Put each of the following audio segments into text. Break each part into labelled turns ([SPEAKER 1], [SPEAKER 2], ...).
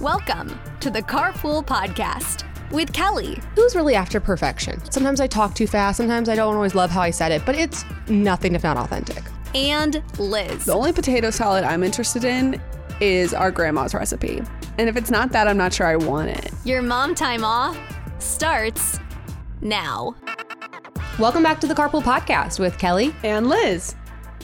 [SPEAKER 1] Welcome to the Carpool Podcast with Kelly,
[SPEAKER 2] Who's really after perfection? Sometimes I talk too fast. Sometimes I don't always love how I said it, but it's nothing if not authentic.
[SPEAKER 1] and Liz.
[SPEAKER 3] The only potato salad I'm interested in is our grandma's recipe. And if it's not that, I'm not sure I want it.
[SPEAKER 1] Your mom time off starts now.
[SPEAKER 2] Welcome back to the Carpool Podcast with Kelly.
[SPEAKER 3] And Liz.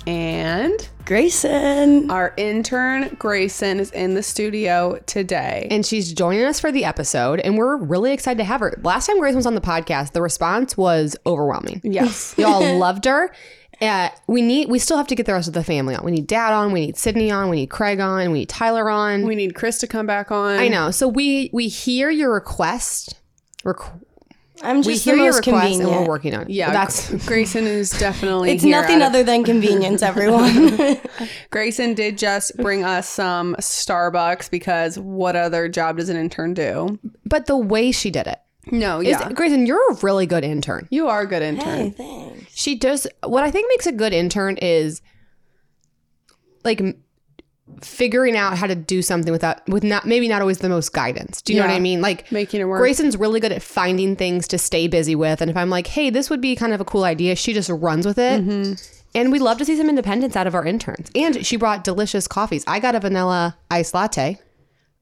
[SPEAKER 3] And
[SPEAKER 4] Grayson.
[SPEAKER 3] our intern Grayson is in the studio today.
[SPEAKER 2] And she's joining us for the episode, and we're really excited to have her. Last time Grace was on the podcast, the response was overwhelming.
[SPEAKER 3] yes.
[SPEAKER 2] Y'all loved her. Uh, we need. We still have to get the rest of the family on. We need Dad on. We need Sydney on. We need Craig on. We need Tyler on.
[SPEAKER 3] We need Chris to come back on.
[SPEAKER 2] I know. So we we hear your request. Requ-
[SPEAKER 4] I'm
[SPEAKER 2] we
[SPEAKER 4] just
[SPEAKER 2] hear
[SPEAKER 4] the
[SPEAKER 2] your
[SPEAKER 4] most
[SPEAKER 2] request,
[SPEAKER 4] convenient.
[SPEAKER 2] and we're working on it.
[SPEAKER 3] Yeah.
[SPEAKER 2] that's
[SPEAKER 3] Gr- Grayson is definitely
[SPEAKER 4] it's
[SPEAKER 3] here
[SPEAKER 4] nothing
[SPEAKER 3] at-
[SPEAKER 4] other than convenience, everyone.
[SPEAKER 3] Grayson did just bring us some Starbucks because what other job does an intern do?
[SPEAKER 2] but the way she did it.
[SPEAKER 3] No,
[SPEAKER 2] Is,
[SPEAKER 3] yeah.
[SPEAKER 2] Grayson, you're a really good intern.
[SPEAKER 3] you are a good intern.
[SPEAKER 4] hey, thanks.
[SPEAKER 2] She does what I think makes a good intern is like m- figuring out how to do something without with not maybe not always the most guidance. Do you know what
[SPEAKER 3] Yeah.
[SPEAKER 2] I mean? Like
[SPEAKER 3] Making it work.
[SPEAKER 2] Grayson's really good at finding things to stay busy with, and if I'm like, hey, this would be kind of a cool idea, she just runs with it.
[SPEAKER 3] Mm-hmm.
[SPEAKER 2] And we love to see some independence out of our interns. And she brought delicious coffees. I got a vanilla iced latte.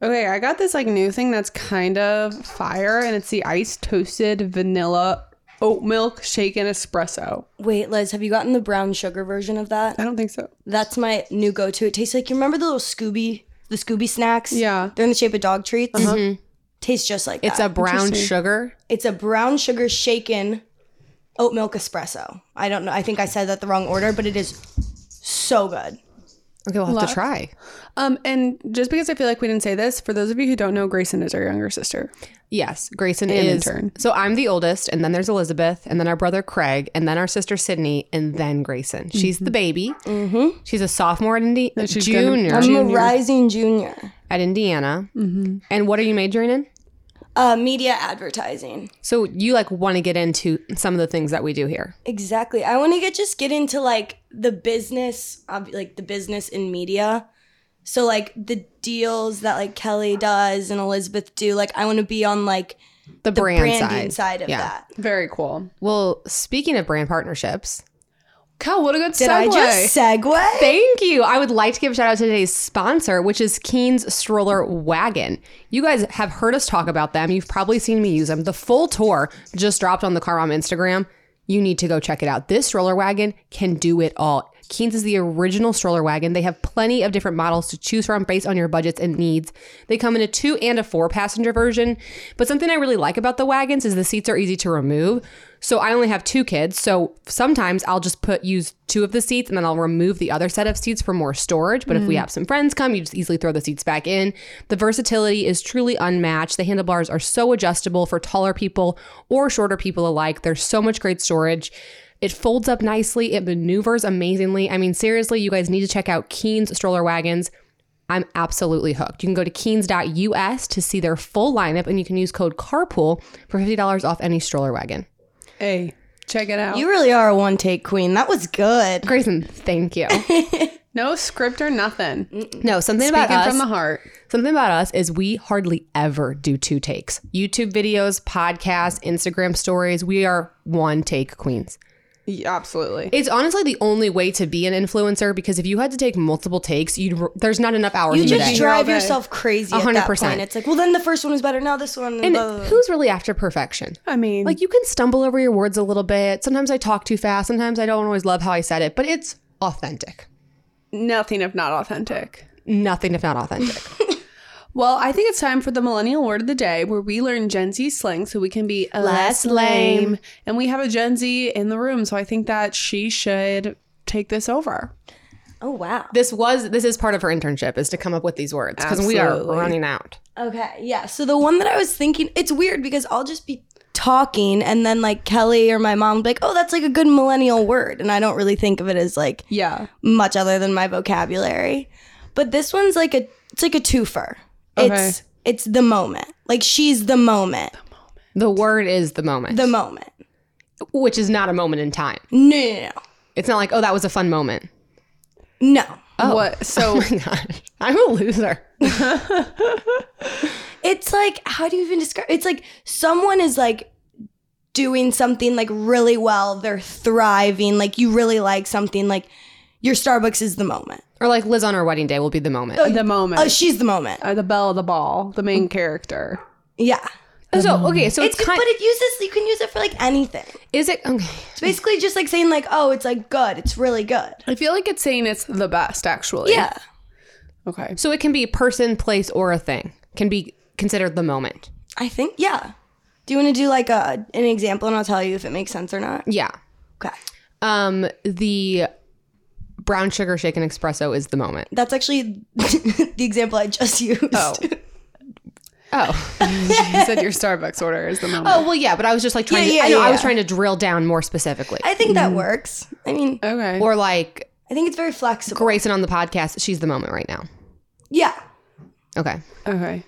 [SPEAKER 3] Okay, I got this like new thing that's kind of fire, and it's the iced toasted vanilla oat milk shaken espresso.
[SPEAKER 4] Wait, Liz, have you gotten the brown sugar version of that?
[SPEAKER 3] I don't think so.
[SPEAKER 4] That's my new go-to. It tastes like you remember the little Scooby, the Scooby snacks.
[SPEAKER 3] Yeah.
[SPEAKER 4] they're in the shape of dog treats. Mm-hmm. Tastes just like
[SPEAKER 2] It's
[SPEAKER 4] that.
[SPEAKER 2] a brown sugar.
[SPEAKER 4] It's Uh-huh. a brown sugar shaken oat milk espresso. I don't know. I think I said that the wrong order, but it is so good.
[SPEAKER 2] Okay, we'll have to try.
[SPEAKER 3] Um, and just because I feel like we didn't say this, for those of you who don't know, Grayson is our younger sister.
[SPEAKER 2] Yes, Grayson
[SPEAKER 3] And
[SPEAKER 2] is.
[SPEAKER 3] intern.
[SPEAKER 2] So I'm the oldest, and then there's Elizabeth, and then our brother Craig, and then our sister Sydney, and then Grayson. She's the baby. Mm-hmm. She's a sophomore at Indi-
[SPEAKER 3] she's
[SPEAKER 2] junior
[SPEAKER 3] gonna-
[SPEAKER 4] I'm a rising junior.
[SPEAKER 2] at Indiana.
[SPEAKER 3] Mm-hmm.
[SPEAKER 2] And what are you majoring in?
[SPEAKER 4] Uh, media advertising.
[SPEAKER 2] So you like want to get into some of the things that we do here.
[SPEAKER 4] Exactly. I want to get just get into like the business, ob- like the business in media. So like the deals that like Kelly does and Elizabeth do. Like I want to be on like
[SPEAKER 2] The,
[SPEAKER 4] the
[SPEAKER 2] brand
[SPEAKER 4] branding
[SPEAKER 2] side.
[SPEAKER 4] side, of
[SPEAKER 2] Yeah.
[SPEAKER 4] that.
[SPEAKER 3] Very cool.
[SPEAKER 2] Well, speaking of brand partnerships,
[SPEAKER 3] Cal, what a good
[SPEAKER 4] Did I
[SPEAKER 3] segue.
[SPEAKER 4] just segue?
[SPEAKER 2] Thank you. I would like to give a shout out to today's sponsor, which is Keen's Stroller Wagon. You guys have heard us talk about them. You've probably seen me use them. The full tour just dropped on the Car Mom Instagram. You need to go check it out. This stroller wagon can do it all. Keen's is the original stroller wagon. They have plenty of different models to choose from based on your budgets and needs. They come in a two and a four passenger version. But something I really like about the wagons is the seats are easy to remove. So I only have two kids. So sometimes I'll just put use two of the seats and then I'll remove the other set of seats for more storage. But if we have some friends come, you just easily throw the seats back in. The versatility is truly unmatched. The handlebars are so adjustable for taller people or shorter people alike. There's so much great storage. It folds up nicely, it maneuvers amazingly. I mean, seriously, you guys need to check out Keen's stroller wagons. I'm absolutely hooked. You can go to keens.us to see their full lineup and you can use code CARPOOL for $50 off any stroller wagon.
[SPEAKER 3] Hey, check it out.
[SPEAKER 4] You really are a one take queen. That was good.
[SPEAKER 2] Grayson, thank you.
[SPEAKER 3] no script or nothing. Speaking
[SPEAKER 2] No, something about us.
[SPEAKER 3] from the heart.
[SPEAKER 2] something about us is we hardly ever do two takes. YouTube videos, podcasts, Instagram stories, we are one take queens.
[SPEAKER 3] Yeah, absolutely.
[SPEAKER 2] It's honestly the only way to be an influencer because if you had to take multiple takes, you'd there's not enough hours
[SPEAKER 4] You
[SPEAKER 2] in the
[SPEAKER 4] just
[SPEAKER 2] day.
[SPEAKER 4] drive
[SPEAKER 3] day.
[SPEAKER 4] yourself crazy at that
[SPEAKER 2] 100%.
[SPEAKER 4] point. It's like, well, then the first one was better. Now this one.
[SPEAKER 2] and
[SPEAKER 4] blah, blah, blah.
[SPEAKER 2] who's really after perfection?
[SPEAKER 3] I mean,
[SPEAKER 2] Like you can stumble over your words a little bit. Sometimes I talk too fast. Sometimes I don't always love how I said it, but it's authentic.
[SPEAKER 3] nothing if not authentic.
[SPEAKER 2] Nothing if not authentic.
[SPEAKER 3] Well, I think it's time for the Millennial Word of the Day, where we learn Gen Z slang so we can be less lame. And we have a Gen Z in the room, so I think that she should take this over.
[SPEAKER 4] Oh wow.
[SPEAKER 2] This was this is part of her internship is to come up with these words because we are
[SPEAKER 3] Absolutely.
[SPEAKER 2] running out.
[SPEAKER 4] Okay, yeah. So the one that I was thinking, it's weird because I'll just be talking and then like Kelly or my mom would be like, "Oh, that's like a good millennial word." And I don't really think of it as like
[SPEAKER 3] Yeah.
[SPEAKER 4] much other than my vocabulary. But this one's like a it's like a twofer. It's it's the moment. Like she's the moment.
[SPEAKER 2] The word is the moment,
[SPEAKER 4] The moment.
[SPEAKER 2] which is not a moment in time.
[SPEAKER 4] No, no, no.
[SPEAKER 2] It's not like oh that was a fun moment.
[SPEAKER 4] No. No.
[SPEAKER 3] What? So
[SPEAKER 2] Oh my gosh, I'm a loser.
[SPEAKER 4] It's like how do you even describe it's like someone is like doing something like really well. They're thriving. Like you really like something like your Starbucks is the moment.
[SPEAKER 2] Or like Liz on her wedding day will be the moment.
[SPEAKER 3] the moment,
[SPEAKER 4] Oh, she's the moment.
[SPEAKER 3] uh, the belle of the ball, the main character.
[SPEAKER 4] Yeah.
[SPEAKER 2] so okay, so Oh. it's,
[SPEAKER 4] It's,
[SPEAKER 2] kind.
[SPEAKER 4] but it uses you can use it for like anything.
[SPEAKER 2] is it okay?
[SPEAKER 4] It's basically just like saying like, "Oh, it's like good. It's really good."
[SPEAKER 3] I feel like it's saying it's the best, actually.
[SPEAKER 4] Yeah.
[SPEAKER 3] Okay.
[SPEAKER 2] So it can be a person, place, or a thing. Can be considered the moment.
[SPEAKER 4] I think yeah. Do you want to do like a an example and I'll tell you if it makes sense or not?
[SPEAKER 2] Yeah.
[SPEAKER 4] Okay.
[SPEAKER 2] Um. The brown sugar shaken espresso is the moment.
[SPEAKER 4] That's actually the example I just used.
[SPEAKER 3] Oh,
[SPEAKER 2] Oh.
[SPEAKER 3] you said your Starbucks order is the moment.
[SPEAKER 2] Oh well, yeah. But I was just like trying.
[SPEAKER 4] Yeah,
[SPEAKER 2] to, I
[SPEAKER 4] yeah,
[SPEAKER 2] know. I was
[SPEAKER 4] yeah.
[SPEAKER 2] trying to drill down more specifically.
[SPEAKER 4] I think that works. I mean,
[SPEAKER 3] Oh. Okay.
[SPEAKER 2] or like
[SPEAKER 4] I think it's very flexible.
[SPEAKER 2] Grayson on the podcast. She's the moment right now.
[SPEAKER 4] Yeah.
[SPEAKER 2] Okay.
[SPEAKER 3] okay.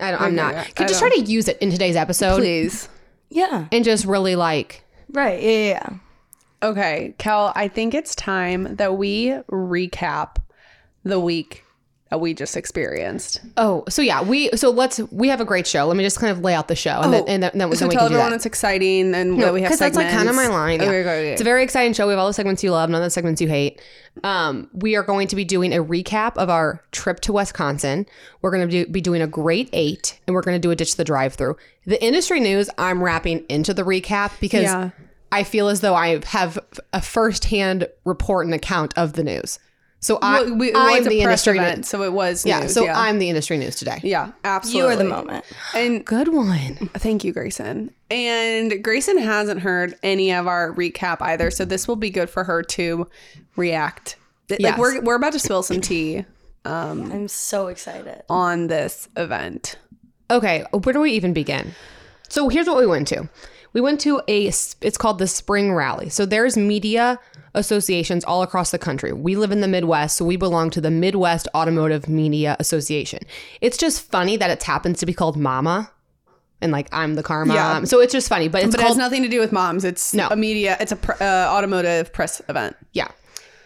[SPEAKER 2] I don't, I'm not.
[SPEAKER 3] yeah,
[SPEAKER 2] Could
[SPEAKER 3] I
[SPEAKER 2] just try to use it in today's episode
[SPEAKER 3] Please.
[SPEAKER 4] Yeah.
[SPEAKER 2] and just really like.
[SPEAKER 4] Right. Yeah, yeah. yeah.
[SPEAKER 3] Okay, Kel, I think it's time that we recap the week that we just experienced.
[SPEAKER 2] Oh, so yeah, we so let's we have a great show. Let me just kind of lay out the show and then and then, then, we-
[SPEAKER 3] so
[SPEAKER 2] then we
[SPEAKER 3] tell
[SPEAKER 2] can do
[SPEAKER 3] everyone
[SPEAKER 2] that.
[SPEAKER 3] it's exciting and that we have
[SPEAKER 2] Because that's
[SPEAKER 3] segments.
[SPEAKER 2] like kind of my line. yeah.
[SPEAKER 3] Okay, okay, okay.
[SPEAKER 2] It's a very exciting show. We have all the segments you love, none of the segments you hate. Um, we are going to be doing a recap of our trip to Wisconsin. We're going to do, be doing a great eight, and we're going to do a ditch the drive through. The industry news I'm wrapping into the recap because
[SPEAKER 3] Yeah.
[SPEAKER 2] I feel as though I have a firsthand report and account of the news. So I,
[SPEAKER 3] Well, we- it
[SPEAKER 2] I'm
[SPEAKER 3] was a
[SPEAKER 2] the
[SPEAKER 3] press
[SPEAKER 2] industry
[SPEAKER 3] event,
[SPEAKER 2] news.
[SPEAKER 3] so it was.
[SPEAKER 2] Yeah,
[SPEAKER 3] news,
[SPEAKER 2] so
[SPEAKER 3] yeah.
[SPEAKER 2] I'm the industry news today.
[SPEAKER 3] Yeah,
[SPEAKER 4] You
[SPEAKER 3] absolutely.
[SPEAKER 4] are the moment.
[SPEAKER 3] And
[SPEAKER 2] Good one.
[SPEAKER 3] thank you, Grayson. And Grayson hasn't heard any of our recap either, so this will be good for her to react. Th-
[SPEAKER 2] Yes.
[SPEAKER 3] Like we're we're about to spill some tea
[SPEAKER 4] I'm so excited.
[SPEAKER 3] on this event.
[SPEAKER 2] Okay, where do we even begin? So here's what we went to. We went to a s- it's called the Spring Rally. So there's media associations all across the country. We live in the Midwest, so we belong to the Midwest Automotive Media Association. It's just funny that it happens to be called Mama and like I'm the car mom.
[SPEAKER 3] Yeah.
[SPEAKER 2] So it's just funny, but it's
[SPEAKER 3] But it
[SPEAKER 2] called
[SPEAKER 3] has nothing to do with moms. It's
[SPEAKER 2] No.
[SPEAKER 3] a media. It's a pr- uh, automotive press event.
[SPEAKER 2] Yeah.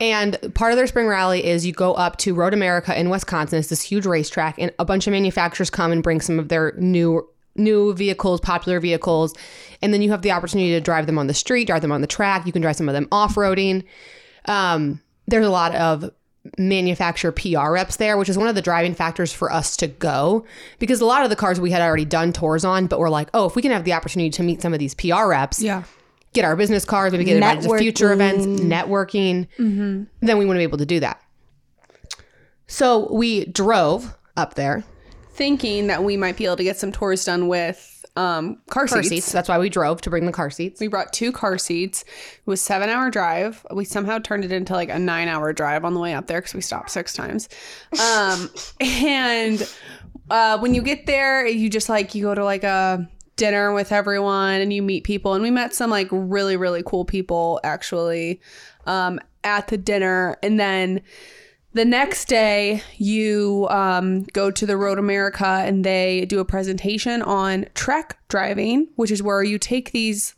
[SPEAKER 2] And part of their spring rally is you go up to Road America in Wisconsin. It's this huge racetrack, and a bunch of manufacturers come and bring some of their new new vehicles, popular vehicles, and then you have the opportunity to drive them on the street, drive them on the track. You can drive some of them off roading. Um, there's a lot of manufacturer PR reps there, which is one of the driving factors for us to go because a lot of the cars we had already done tours on, but we're like, oh, if we can have the opportunity to meet some of these PR reps,
[SPEAKER 3] Yeah.
[SPEAKER 2] get our business cards, maybe get invited to future events, networking, then we want to be able to do that. So we drove up there,
[SPEAKER 3] Thinking that we might be able to get some tours done with um, car,
[SPEAKER 2] car
[SPEAKER 3] seats.
[SPEAKER 2] seats. That's why we drove to bring the car seats.
[SPEAKER 3] We brought two car seats. It was seven hour drive. We somehow turned it into like a nine hour drive on the way up there because we stopped six times. Um, and uh, when you get there, you just like you go to like a dinner with everyone and you meet people. And we met some like really really cool people actually um, at the dinner. And then the next day you um, go to the road america and they do a presentation on track driving which is where you take these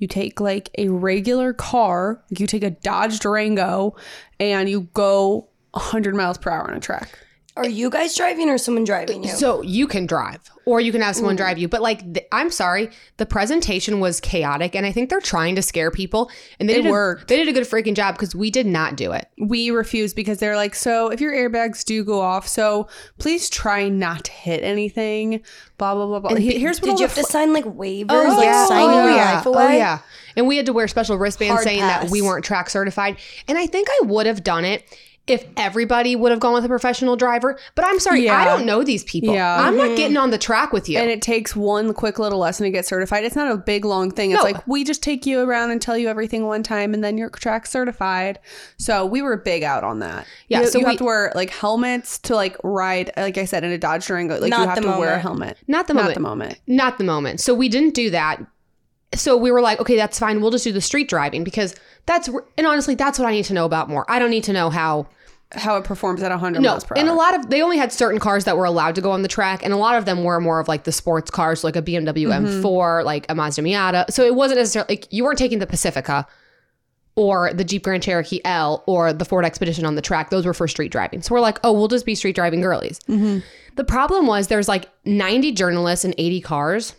[SPEAKER 3] you take like a regular car you take a dodge durango and you go 100 miles per hour on a track
[SPEAKER 4] Are you guys driving or someone driving you?
[SPEAKER 2] So you can drive or you can have someone drive you. But like, th- I'm sorry, the presentation was chaotic and I think they're trying to scare people. And they, did, a,
[SPEAKER 3] worked.
[SPEAKER 2] they did a good freaking job because we did not do it.
[SPEAKER 3] we refuse because they're like so if your airbags do go off so please try not to hit anything blah blah blah blah He- here's what all
[SPEAKER 4] Did
[SPEAKER 3] the
[SPEAKER 4] you have to
[SPEAKER 3] fl-
[SPEAKER 4] sign like waivers, like sign your life away?
[SPEAKER 2] Oh, yeah. And we had to wear special wristbands
[SPEAKER 4] Hard
[SPEAKER 2] saying that we
[SPEAKER 4] pass.
[SPEAKER 2] weren't track certified. And I think I would have done it if everybody would have gone with a professional driver. But I'm sorry, I
[SPEAKER 3] Yeah.
[SPEAKER 2] don't know these people.
[SPEAKER 3] Yeah.
[SPEAKER 2] I'm
[SPEAKER 4] Mm-hmm.
[SPEAKER 2] not getting on the track with you.
[SPEAKER 3] And it takes one quick little lesson to get certified. It's not a big long thing. It's
[SPEAKER 2] No.
[SPEAKER 3] like we just take you around and tell you everything one time, and then you're track certified. So we were big out on that.
[SPEAKER 2] Yeah,
[SPEAKER 3] You,
[SPEAKER 2] so
[SPEAKER 3] you
[SPEAKER 2] we-
[SPEAKER 3] have to wear like helmets to like ride. Like I said, in a Dodge Durango, like
[SPEAKER 4] Not
[SPEAKER 3] you have
[SPEAKER 4] the
[SPEAKER 3] to wear a
[SPEAKER 4] moment.
[SPEAKER 3] helmet.
[SPEAKER 2] not the
[SPEAKER 3] Not
[SPEAKER 2] moment.
[SPEAKER 3] the moment.
[SPEAKER 2] Not the moment. So we didn't do that. So we were like, okay, that's fine. We'll just do the street driving because that's and honestly, that's what I need to know about more. I don't need to know how
[SPEAKER 3] How it performs at 100
[SPEAKER 2] no.
[SPEAKER 3] miles per hour.
[SPEAKER 2] And a lot of they only had certain cars that were allowed to go on the track, and a lot of them were more of like the sports cars, like a BMW M4, like a Mazda Miata. So it wasn't necessarily like you weren't taking the Pacifica or the Jeep Grand Cherokee L or the Ford Expedition on the track. Those were for street driving. So we're like, oh, we'll just be street driving girlies. The problem was there's like 90 journalists and 80 cars.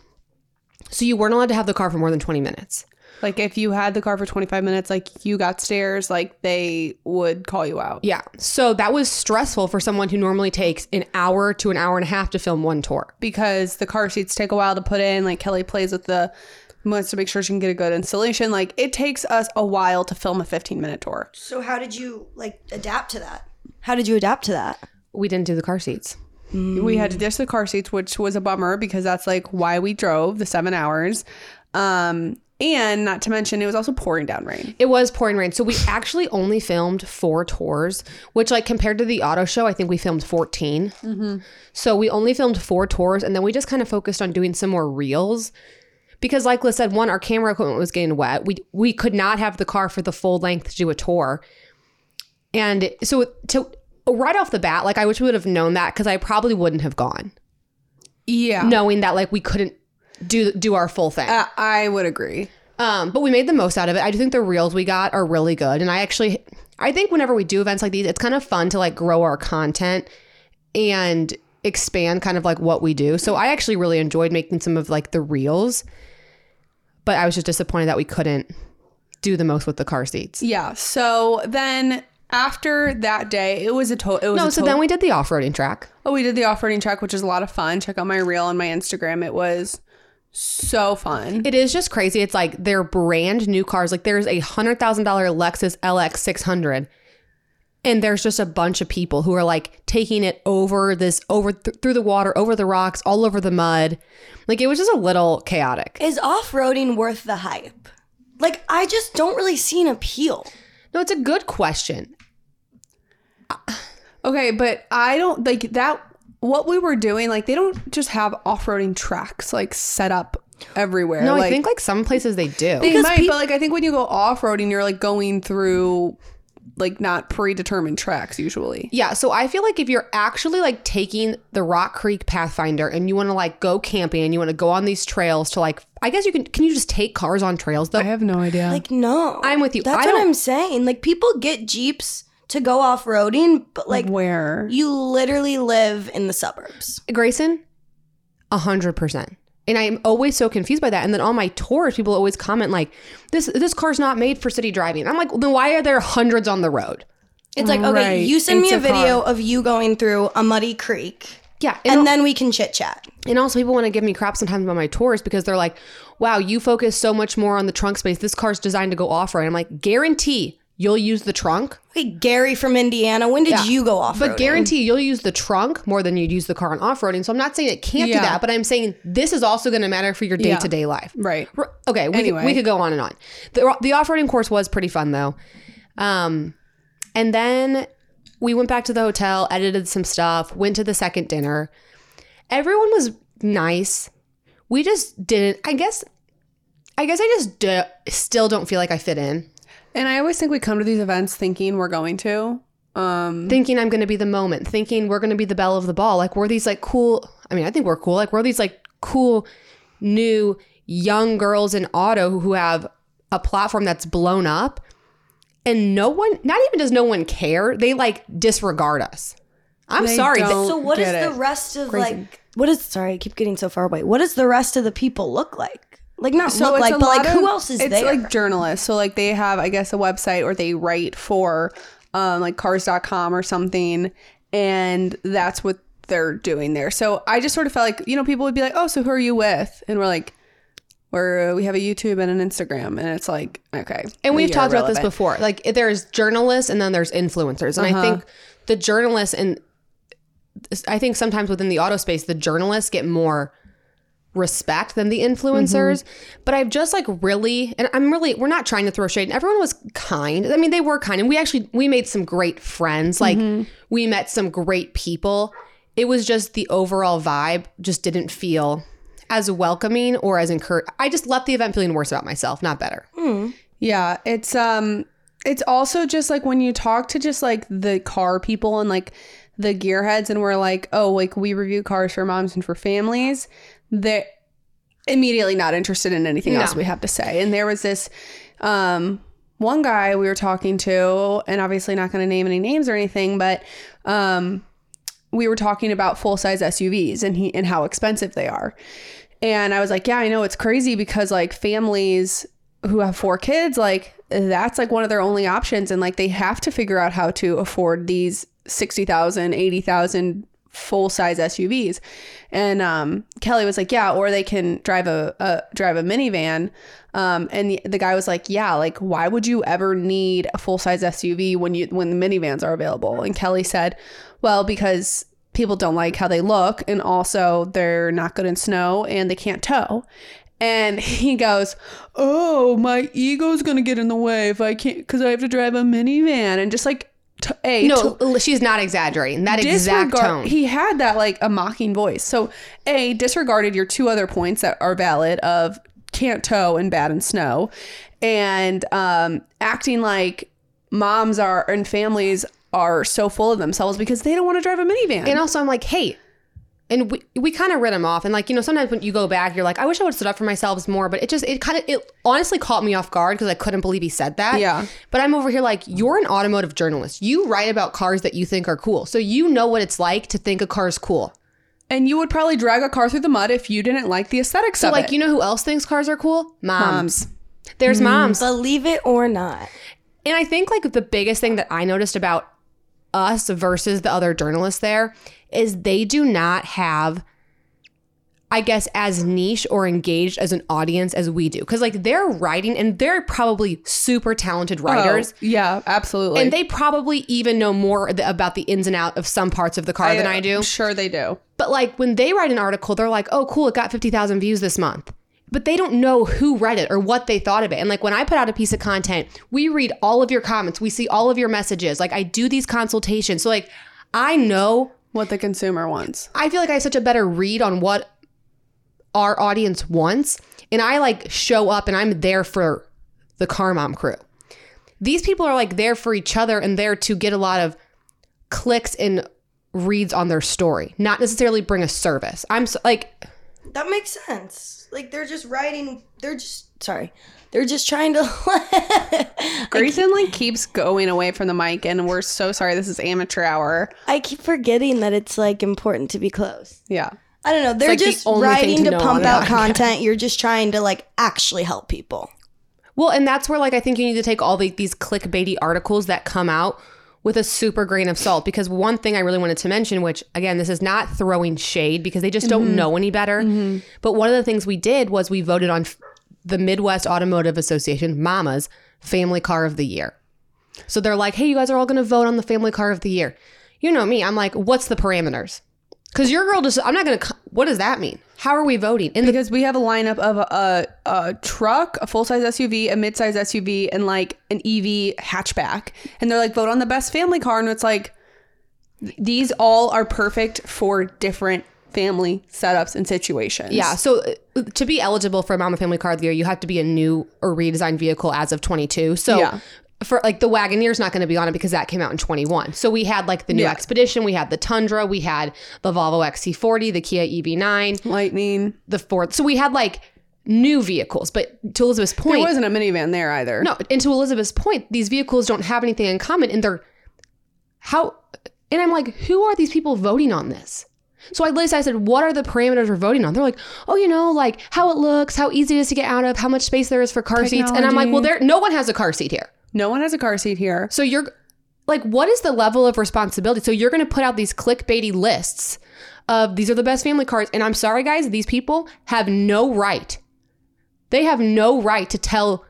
[SPEAKER 2] So you weren't allowed to have the car for more than 20 minutes.
[SPEAKER 3] Like if you had the car for 25 minutes, like you got stairs, like they would call you out.
[SPEAKER 2] Yeah. So that was stressful for someone who normally takes an hour to an hour and a half to film one tour.
[SPEAKER 3] Because the car seats take a while to put in. Like Kelly plays with the wants to make sure she can get a good installation. Like it takes us a while to film a 15 minute tour.
[SPEAKER 4] So how did you like adapt to that? How did you adapt to that?
[SPEAKER 2] We didn't do the car seats.
[SPEAKER 3] We had to ditch the car seats, which was a bummer because that's like why we drove the seven hours. Um, and not to mention it was also pouring down rain.
[SPEAKER 2] It was pouring rain. So we actually only filmed four tours, which, like, compared to the auto show, I think we filmed 14. So we only filmed four tours and then we just kind of focused on doing some more reels. Because, like Liz said, one, our camera equipment was getting wet. We, we could not have the car for the full length to do a tour. And so, to right off the bat, like, I wish we would have known that because I probably wouldn't have gone,
[SPEAKER 3] Yeah.
[SPEAKER 2] knowing that, like, we couldn't do do our full thing.
[SPEAKER 3] Uh, I would agree.
[SPEAKER 2] Um, but we made the most out of it. I do think the reels we got are really good, and I actually, I think whenever we do events like these, it's kind of fun to like grow our content and expand kind of like what we do. So I actually really enjoyed making some of like the reels, but I was just disappointed that we couldn't do the most with the car seats.
[SPEAKER 3] Yeah. So then after that day, it was a total. It was
[SPEAKER 2] No,
[SPEAKER 3] a
[SPEAKER 2] so
[SPEAKER 3] total-
[SPEAKER 2] then we did the off-roading track.
[SPEAKER 3] Oh, we did the off-roading track, which is a lot of fun. Check out my reel on my Instagram. It was so fun.
[SPEAKER 2] It is just crazy. It's like they're brand new cars. Like there's a hundred thousand dollar Lexus LX six hundred, and there's just a bunch of people who are like taking it over this over th- through the water, over the rocks, all over the mud. Like it was just a little chaotic.
[SPEAKER 4] Is off-roading worth the hype? Like I just don't really see an appeal.
[SPEAKER 2] No, it's a good question.
[SPEAKER 3] Okay, but I don't like that. What we were doing, like they don't just have off-roading tracks like set up everywhere.
[SPEAKER 2] No,
[SPEAKER 3] like,
[SPEAKER 2] I think like some places they do.
[SPEAKER 3] they might, but like I think when you go off-roading, you're like going through like not predetermined tracks usually.
[SPEAKER 2] Yeah, so I feel like if you're actually like taking the Rock Creek Pathfinder and you want to like go camping and you want to go on these trails to like, I guess you can. Can you just take cars on trails though?
[SPEAKER 3] I have no idea.
[SPEAKER 4] Like no.
[SPEAKER 2] I'm with you.
[SPEAKER 4] That's
[SPEAKER 2] I
[SPEAKER 4] what
[SPEAKER 2] don't-
[SPEAKER 4] I'm saying. Like people get Jeeps to go off-roading, but like
[SPEAKER 3] where?
[SPEAKER 4] you literally live in the suburbs.
[SPEAKER 2] Grayson, a hundred percent. And I am always so confused by that. And then on my tours, people always comment like, "This this car's not made for city driving." I'm like, well, "Then why are there hundreds on the road?"
[SPEAKER 4] It's like, okay,
[SPEAKER 3] Right.
[SPEAKER 4] you send me
[SPEAKER 3] It's
[SPEAKER 4] a,
[SPEAKER 3] a
[SPEAKER 4] video of you going through a muddy creek
[SPEAKER 2] Yeah, and,
[SPEAKER 4] and then we can chit chat.
[SPEAKER 2] and also people want to give me crap sometimes about my tours because they're like, "Wow, you focus so much more on the trunk space. This car's designed to go off road." I'm like, "Guarantee you'll use the trunk,
[SPEAKER 4] Okay, Gary from Indiana, when did you go off?
[SPEAKER 2] but guarantee you'll use the trunk more than you'd use the car on off roading." So I'm not saying it can't do
[SPEAKER 3] Yeah.
[SPEAKER 2] that, but I'm saying this is also going to matter for your day to day life.
[SPEAKER 3] right.
[SPEAKER 2] R- Okay, we,
[SPEAKER 3] Anyway.
[SPEAKER 2] could, we could go on and on. The, the off roading course was pretty fun though. Um, and then we went back to the hotel, edited some stuff, went to the second dinner. Everyone was nice. We just didn't, I guess, I guess I just d- still don't feel like I fit in.
[SPEAKER 3] And I always think we come to these events thinking we're going to. Um,
[SPEAKER 2] Thinking I'm going to be the moment, thinking we're going to be the belle of the ball. Like, we're these like cool, I mean, I think we're cool. Like, we're these like cool, new, young girls in auto who have a platform that's blown up. and no one not even does no one care they like disregard us i'm
[SPEAKER 3] They
[SPEAKER 2] sorry
[SPEAKER 3] don't.
[SPEAKER 4] So what is
[SPEAKER 3] Get
[SPEAKER 4] the
[SPEAKER 3] it.
[SPEAKER 4] rest of like what is sorry, I keep getting so far away. What does the rest of the people look like? Like not
[SPEAKER 3] so it's
[SPEAKER 4] look like,
[SPEAKER 3] a
[SPEAKER 4] but like
[SPEAKER 3] lot
[SPEAKER 4] who
[SPEAKER 3] of-
[SPEAKER 4] else is
[SPEAKER 3] it's
[SPEAKER 4] there?
[SPEAKER 3] like journalists so like they have i guess a website or they write for um like cars.com or something and that's what they're doing there so i just sort of felt like you know people would be like oh so who are you with and we're like where we have a YouTube and an Instagram, and it's like okay.
[SPEAKER 2] And we've
[SPEAKER 3] you're
[SPEAKER 2] talked about this
[SPEAKER 3] relevant.
[SPEAKER 2] before. Like it- there's journalists and then there's influencers. And I think the journalists and I think sometimes within the auto space, the journalists get more respect than the influencers. But I've just like really and I'm really we're not trying to throw shade. And everyone was kind. I mean, they were kind. And we actually we made some great friends. Like we met some great people. It was just the overall vibe just didn't feel as welcoming or as encouraged. I just left the event feeling worse about myself, not better.
[SPEAKER 3] Yeah, it's um it's also just like when you talk to just like the car people and like the gearheads and we're like, "Oh, like we review cars for moms and for families." They're immediately not interested in anything else we have to say. And there was this um one guy we were talking to, and obviously not going to name any names or anything, but um we were talking about full-size SUVs and he and how expensive they are. And I was like, yeah, I know it's crazy because like families who have four kids, like that's like one of their only options. And like they have to figure out how to afford these 60,000, 80,000 full size SUVs. And um, Kelly was like, yeah, or they can drive a, a drive a minivan. Um, and the, the guy was like, yeah, like why would you ever need a full size SUV when you when the minivans are available? And Kelly said, well, because people don't like how they look and also they're not good in snow and they can't tow and he goes oh my ego's gonna get in the way if i can't because i have to drive a minivan and just like t- a
[SPEAKER 2] No,
[SPEAKER 3] t-
[SPEAKER 2] l- she's not exaggerating. That exact
[SPEAKER 3] disregard-
[SPEAKER 2] tone.
[SPEAKER 3] he had that like a mocking voice so a disregarded your two other points that are valid of can't tow and bad in snow and um acting like moms are and families are so full of themselves because they don't want to drive a minivan
[SPEAKER 2] and also, I'm like, hey, and we, we kind of read him off. And like, you know, sometimes when you go back, you're like, I wish I would have stood up for myself more. But it just, it kind of, it honestly caught me off guard because I couldn't believe he said that.
[SPEAKER 3] Yeah.
[SPEAKER 2] But I'm over here like, you're an automotive journalist. You write about cars that you think are cool. So you know what it's like to think a car's cool.
[SPEAKER 3] And you would probably drag a car through the mud if you didn't like the aesthetics
[SPEAKER 2] So,
[SPEAKER 3] of
[SPEAKER 2] like,
[SPEAKER 3] it. Oh,
[SPEAKER 2] you um, know who else thinks cars are cool? Moms. There's moms.
[SPEAKER 4] Hmm. Believe it or not.
[SPEAKER 2] And I think like the biggest thing that I noticed about us versus the other journalists there is they do not have I guess as niche or engaged as an audience as we do. Cuz like they're writing and they're probably super talented writers.
[SPEAKER 3] Oh, yeah, absolutely.
[SPEAKER 2] And they probably even know more th- about the ins and out of some parts of the car than I do.
[SPEAKER 3] I'm sure they do.
[SPEAKER 2] But like when they write an article, they're like, oh, cool, it got 50,000 views this month. But they don't know who read it or what they thought of it. And like when I put out a piece of content, we read all of your comments, we see all of your messages. Like I do these consultations. So like I know,
[SPEAKER 3] What the consumer wants.
[SPEAKER 2] I feel like I have such a better read on what our audience wants. And I like show up and I'm there for the Car Mom crew. These people are like there for each other and there to get a lot of clicks and reads on their story, not necessarily bring a service. I'm so, like,
[SPEAKER 4] That makes sense. Like they're just writing. They're just sorry. They're just trying to.
[SPEAKER 3] Grayson like keeps going away from the mic, and we're so sorry. This is amateur hour.
[SPEAKER 4] I keep forgetting that it's like important to be close.
[SPEAKER 3] Yeah,
[SPEAKER 4] I don't know. They're
[SPEAKER 2] like, the
[SPEAKER 4] just
[SPEAKER 2] only thing
[SPEAKER 4] writing
[SPEAKER 2] to
[SPEAKER 4] to,
[SPEAKER 2] know
[SPEAKER 4] pump
[SPEAKER 2] on
[SPEAKER 4] out
[SPEAKER 2] that.
[SPEAKER 4] content. You're just trying to like actually help people.
[SPEAKER 2] Well, and that's where like I think you need to take all the, these clickbaity articles that come out with a super grain of salt because one thing I really wanted to mention, which again, this is not throwing shade because they just don't know any better. But one of the things we did was we voted on f- the Midwest Automotive Association, MAMA's Family Car of the Year. So they're like, hey, you guys are all going to vote on the Family Car of the Year. You know me, I'm like, what's the parameters? Because your girl just, I'm not going to, what does that mean? How are we voting? And the
[SPEAKER 3] because we have a lineup of a, a, a truck, a full size SUV, a mid size SUV, and like an EV hatchback. And they're like, vote on the best family car, and it's like th- these all are perfect for different family setups and situations.
[SPEAKER 2] Yeah. So uh, to be eligible for a Mama Family Car of the Year, you have to be a new or redesigned vehicle as of 22. So
[SPEAKER 3] Yeah.
[SPEAKER 2] for like the Wagoneer's not going to be on it because that came out in 21. So we had like the new
[SPEAKER 3] Yeah.
[SPEAKER 2] Expedition, we had the Tundra, we had the Volvo XC40, the Kia EV9,
[SPEAKER 3] lightning.
[SPEAKER 2] the Ford. So we had like new vehicles. But to Elizabeth's point,
[SPEAKER 3] There wasn't a minivan there either.
[SPEAKER 2] no, and to Elizabeth's point, these vehicles don't have anything in common and they're how and I'm like, who are these people voting on this? So I list I said, what are the parameters we're voting on? They're like, oh, you know, like how it looks, how easy it is to get out of, how much space there is for car seats. And I'm like, well, there no one has a car seat here.
[SPEAKER 3] No one has a car seat here.
[SPEAKER 2] So you're like, what is the level of responsibility? So you're gonna put out these clickbaity lists of these are the best family cars. And I'm sorry, guys, these people have no right They have no right to tell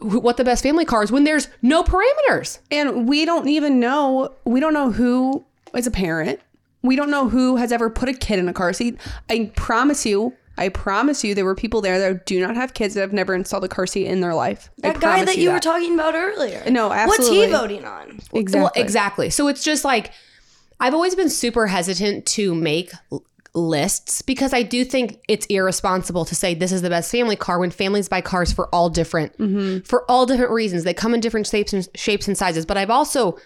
[SPEAKER 2] wh- what the best family car is when there's no parameters.
[SPEAKER 3] And we don't even know, we don't know who is a parent. We don't know who has ever put a kid in a car seat. I promise you, I promise you, there were people there that do not have kids that have never installed a car seat in their life. I
[SPEAKER 4] That guy
[SPEAKER 3] promise
[SPEAKER 4] that you were
[SPEAKER 3] that.
[SPEAKER 4] talking about earlier.
[SPEAKER 3] No,
[SPEAKER 4] What's
[SPEAKER 3] absolutely.
[SPEAKER 4] he voting on?
[SPEAKER 3] Exactly.
[SPEAKER 2] Well, exactly. So it's just like I've always been super hesitant to make l- lists because I do think it's irresponsible to say this is the best family car when families buy cars for all different for all different reasons. They come in different shapes and shapes and sizes. But I've also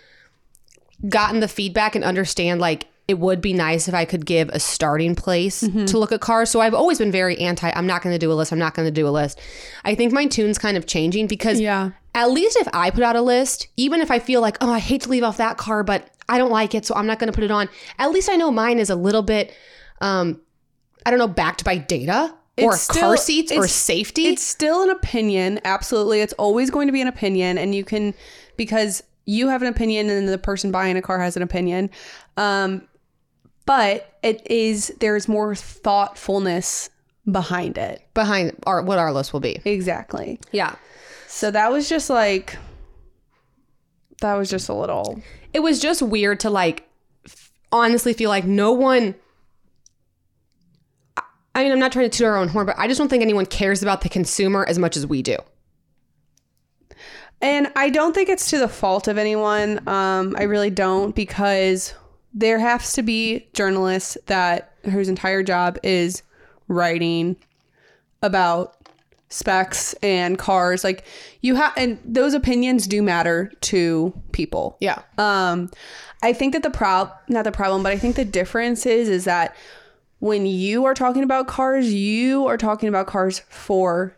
[SPEAKER 2] gotten the feedback and understand like it would be nice if I could give a starting place to look at cars. So I've always been very anti. I'm not going to do a list. I'm not going to do a list. I think my tune's kind of changing because
[SPEAKER 3] Yeah.
[SPEAKER 2] at least if I put out a list, even if I feel like, oh, I hate to leave off that car, but I don't like it, so I'm not going to put it on. At least I know mine is a little bit, um, I don't know, backed by data or
[SPEAKER 3] It's
[SPEAKER 2] car
[SPEAKER 3] still-
[SPEAKER 2] seats or
[SPEAKER 3] it's-
[SPEAKER 2] safety.
[SPEAKER 3] It's still an opinion, absolutely. It's always going to be an opinion, and you can because you have an opinion, and the person buying a car has an opinion. Um, but it is there's more thoughtfulness behind it.
[SPEAKER 2] behind our what our list will be.
[SPEAKER 3] Exactly.
[SPEAKER 2] Yeah.
[SPEAKER 3] So that was just like that was just a little
[SPEAKER 2] it was just weird to like f- honestly feel like no one I- I mean, I'm not trying to toot our own horn, but I just don't think anyone cares about the consumer as much as we do.
[SPEAKER 3] And I don't think it's to the fault of anyone. Um, I really don't because there has to be journalists that whose entire job is writing about specs and cars. Like you have, and those opinions do matter to people.
[SPEAKER 2] Yeah.
[SPEAKER 3] Um, I think that the problem, not the problem, but I think the difference is, is that when you are talking about cars, you are talking about cars for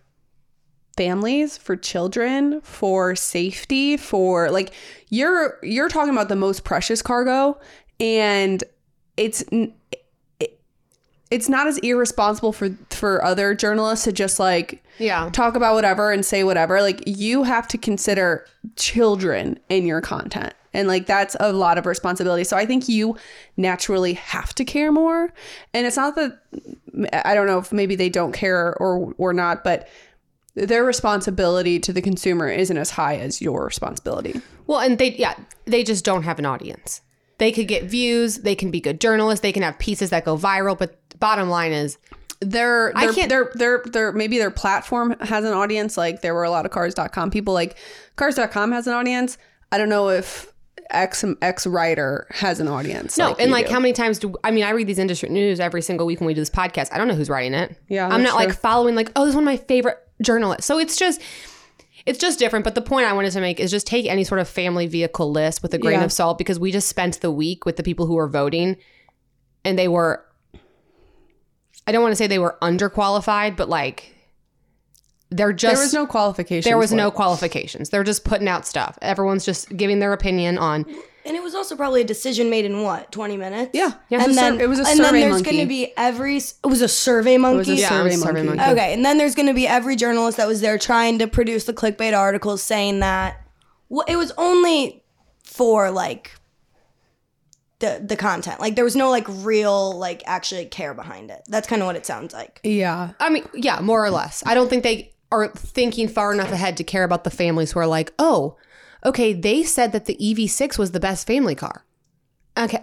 [SPEAKER 3] families, for children, for safety, for like you're you're talking about the most precious cargo, and it's n- it- it's not as irresponsible for for other journalists to just like
[SPEAKER 2] Yeah.
[SPEAKER 3] talk about whatever and say whatever. Like you have to consider children in your content. And like that's a lot of responsibility. So I think you naturally have to care more. And it's not that I don't know if maybe they don't care or or not, but their responsibility to the consumer isn't as high as your responsibility.
[SPEAKER 2] Well, and they, yeah, they just don't have an audience. They could get views, they can be good journalists, they can have pieces that go viral, but bottom line is,
[SPEAKER 3] Their,
[SPEAKER 2] I
[SPEAKER 3] their,
[SPEAKER 2] can't-
[SPEAKER 3] their, their, their, maybe their platform has an audience. Like there were a lot of cars.com people like cars.com has an audience. I don't know if X, X writer has an audience.
[SPEAKER 2] no, and
[SPEAKER 3] you
[SPEAKER 2] like
[SPEAKER 3] do.
[SPEAKER 2] how many times do I mean I read these industry news every single week when we do this podcast. I don't know who's writing it.
[SPEAKER 3] Yeah,
[SPEAKER 2] I'm
[SPEAKER 3] that's
[SPEAKER 2] not like
[SPEAKER 3] true.
[SPEAKER 2] following like, oh, this is one of my favorite journalists. So it's just it's just different. But the point I wanted to make is just take any sort of family vehicle list with a grain
[SPEAKER 3] Yeah.
[SPEAKER 2] of salt because we just spent the week with the people who were voting and they were I don't want to say they were underqualified, but like they're just
[SPEAKER 3] there was no qualification.
[SPEAKER 2] there was
[SPEAKER 3] for
[SPEAKER 2] no
[SPEAKER 3] it.
[SPEAKER 2] qualifications. They're just putting out stuff. Everyone's just giving their opinion on
[SPEAKER 4] And it was also probably a decision made in what twenty minutes.
[SPEAKER 3] Yeah. Yeah, it was
[SPEAKER 4] and
[SPEAKER 3] a
[SPEAKER 4] then
[SPEAKER 3] sur- it was a
[SPEAKER 4] and then
[SPEAKER 3] survey
[SPEAKER 4] there's
[SPEAKER 3] monkey.
[SPEAKER 4] going to be every. s- It was a survey monkey.
[SPEAKER 3] It was a
[SPEAKER 2] Yeah,
[SPEAKER 3] survey,
[SPEAKER 2] survey
[SPEAKER 3] monkey.
[SPEAKER 2] monkey.
[SPEAKER 4] Okay, and then there's going to be every journalist that was there trying to produce the clickbait articles saying that well, it was only for like the the content. Like there was no like real like actually care behind it. That's kind of what it sounds like.
[SPEAKER 3] Yeah.
[SPEAKER 2] I mean, yeah, more or less. I don't think they are thinking far enough ahead to care about the families who are like, oh, okay, they said that the EV6 was the best family car. Okay.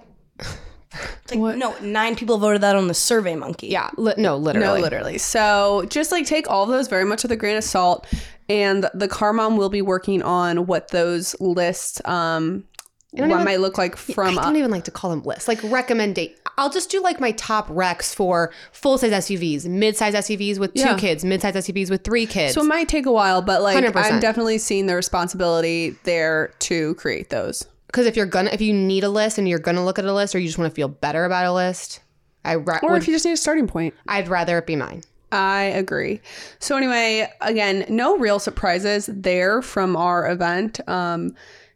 [SPEAKER 4] It's like no, nine people voted that on the survey monkey.
[SPEAKER 2] Yeah. Li- no, literally.
[SPEAKER 3] No, literally. So just like take all those very much with a grain of salt. And the car mom will be working on what those lists um what
[SPEAKER 2] even-
[SPEAKER 3] might look like from
[SPEAKER 2] I
[SPEAKER 3] uh,
[SPEAKER 2] don't even like to call them lists, like recommendate. I'll just do like my top recs for full size SUVs, mid size SUVs with two
[SPEAKER 3] Yeah.
[SPEAKER 2] kids, mid size SUVs with three kids.
[SPEAKER 3] so it might take a while, but like i
[SPEAKER 2] 100%.
[SPEAKER 3] am definitely seeing the responsibility there to create those.
[SPEAKER 2] Because if you're gonna, if you need a list and you're gonna look at a list or you just wanna feel better about a list, I re-
[SPEAKER 3] Or
[SPEAKER 2] would-
[SPEAKER 3] if you just need a starting point.
[SPEAKER 2] I'd rather it be mine.
[SPEAKER 3] I agree. So anyway, again, no real surprises there from our event. Um,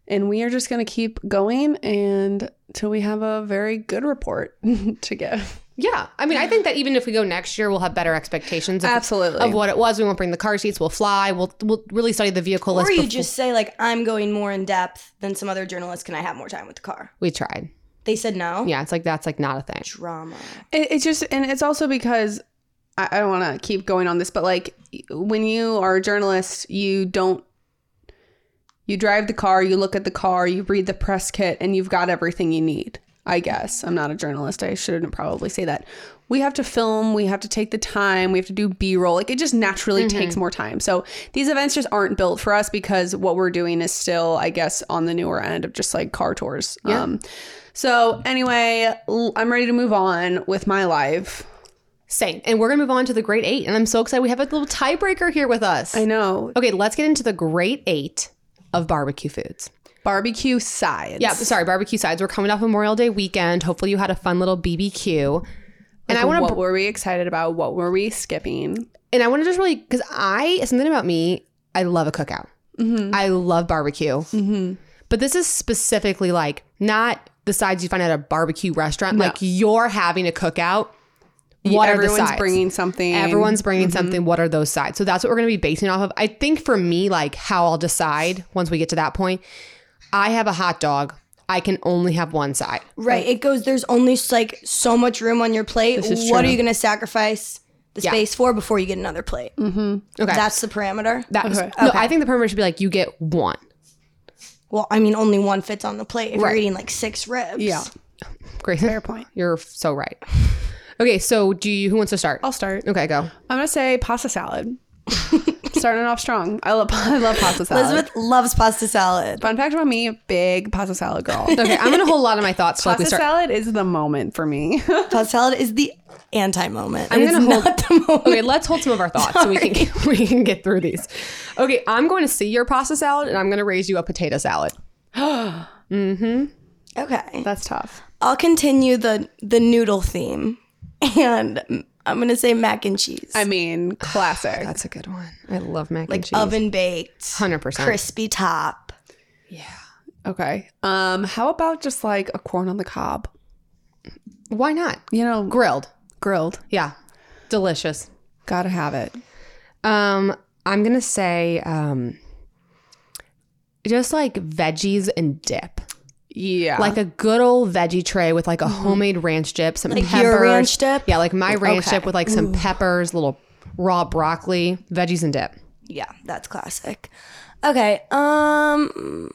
[SPEAKER 3] and we are just going to keep going and till we have a very good report to give.
[SPEAKER 2] Yeah, I mean, I think that even if we go next year, we'll have better expectations. Of,
[SPEAKER 3] Absolutely.
[SPEAKER 2] of what it was. We won't bring the car seats. We'll fly. We'll we'll really study the vehicle list.
[SPEAKER 4] Or you
[SPEAKER 2] befo-
[SPEAKER 4] just say like I'm going more in depth than some other journalists. Can I have more time with the car?
[SPEAKER 2] we tried.
[SPEAKER 4] They said no.
[SPEAKER 2] Yeah, it's like that's like not a thing.
[SPEAKER 4] Drama.
[SPEAKER 3] It, it's just, and it's also because I, I don't want to keep going on this, but like when you are a journalist, you don't. You drive the car, you look at the car, you read the press kit, and you've got everything you need. I guess. I'm not a journalist. I shouldn't probably say that. We have to film, we have to take the time, we have to do B roll. Like it just naturally takes more time. So these events just aren't built for us because what we're doing is still, I guess, on the newer end of just like car tours. Um, so anyway, l- I'm ready to move on with my life.
[SPEAKER 2] Same. And we're going to move on to the great eight. And I'm so excited. We have a little tiebreaker here with us.
[SPEAKER 3] I know.
[SPEAKER 2] Okay, let's get into the great eight of barbecue foods.
[SPEAKER 3] Barbecue sides.
[SPEAKER 2] Yeah, sorry, barbecue sides. We're coming off Memorial Day weekend. Hopefully, you had a fun little BBQ. And I want to
[SPEAKER 3] What were we excited about? What were we skipping?
[SPEAKER 2] and I want to just really because I something about me. I love a cookout.
[SPEAKER 3] Mm-hmm.
[SPEAKER 2] I love barbecue. But this is specifically like not the sides you find at a barbecue restaurant. Like you're having a cookout. What are the
[SPEAKER 3] Everyone's
[SPEAKER 2] sides?
[SPEAKER 3] bringing Mm-hmm. something.
[SPEAKER 2] Everyone's bringing something. What are those sides? So that's what we're going to be basing off of. I think for me, like how I'll decide once we get to that point, I have a hot dog. I can only have one side.
[SPEAKER 4] Right. It goes, there's only s- like so much room on your plate. What
[SPEAKER 3] is
[SPEAKER 4] are
[SPEAKER 3] true.
[SPEAKER 4] you going to sacrifice the space for before you get another plate? Mm-hmm.
[SPEAKER 2] Okay.
[SPEAKER 4] That's the parameter.
[SPEAKER 2] That no, I think the perimeter should be like you get one.
[SPEAKER 4] well, I mean, only one fits on the plate if
[SPEAKER 2] Right.
[SPEAKER 4] you're eating like six ribs.
[SPEAKER 3] Yeah.
[SPEAKER 2] Great. Fair
[SPEAKER 3] point.
[SPEAKER 2] You're so right. Okay, so do you who wants to start?
[SPEAKER 3] I'll start.
[SPEAKER 2] Okay, go.
[SPEAKER 3] I'm gonna say pasta salad. Starting off strong. I love I love pasta salad.
[SPEAKER 4] Elizabeth loves pasta salad.
[SPEAKER 3] Fun fact about me: big pasta salad girl.
[SPEAKER 2] Okay, I'm gonna hold on to my thoughts till like we
[SPEAKER 3] pasta
[SPEAKER 2] start.
[SPEAKER 3] salad is the moment for me.
[SPEAKER 4] Pasta salad is the anti moment.
[SPEAKER 2] I'm gonna hold.
[SPEAKER 4] not the moment.
[SPEAKER 2] Okay, let's hold some of our thoughts so we can we can get through these. Okay, I'm going to see your pasta salad and I'm gonna raise you a potato salad.
[SPEAKER 4] Okay.
[SPEAKER 3] That's tough.
[SPEAKER 4] I'll continue the the noodle theme, and I'm gonna say mac and cheese,
[SPEAKER 3] I mean, classic.
[SPEAKER 2] That's a good one. I love mac and cheese.
[SPEAKER 4] oven baked,
[SPEAKER 2] Hundred percent.
[SPEAKER 4] crispy top.
[SPEAKER 3] okay. Um, how about just like a corn on the cob?
[SPEAKER 2] Why not?
[SPEAKER 3] You know,
[SPEAKER 2] Grilled.
[SPEAKER 3] grilled.
[SPEAKER 2] Yeah, delicious.
[SPEAKER 3] Gotta have it.
[SPEAKER 2] Um, I'm gonna say um, just like veggies and dip.
[SPEAKER 3] Yeah.
[SPEAKER 2] like a good old veggie tray with like a homemade ranch dip, some
[SPEAKER 4] Mm-hmm. Like
[SPEAKER 2] peppers.
[SPEAKER 4] your ranch dip?
[SPEAKER 2] Yeah, like my ranch dip with like some peppers, little raw broccoli, veggies and dip.
[SPEAKER 4] Yeah, that's classic. Okay, um,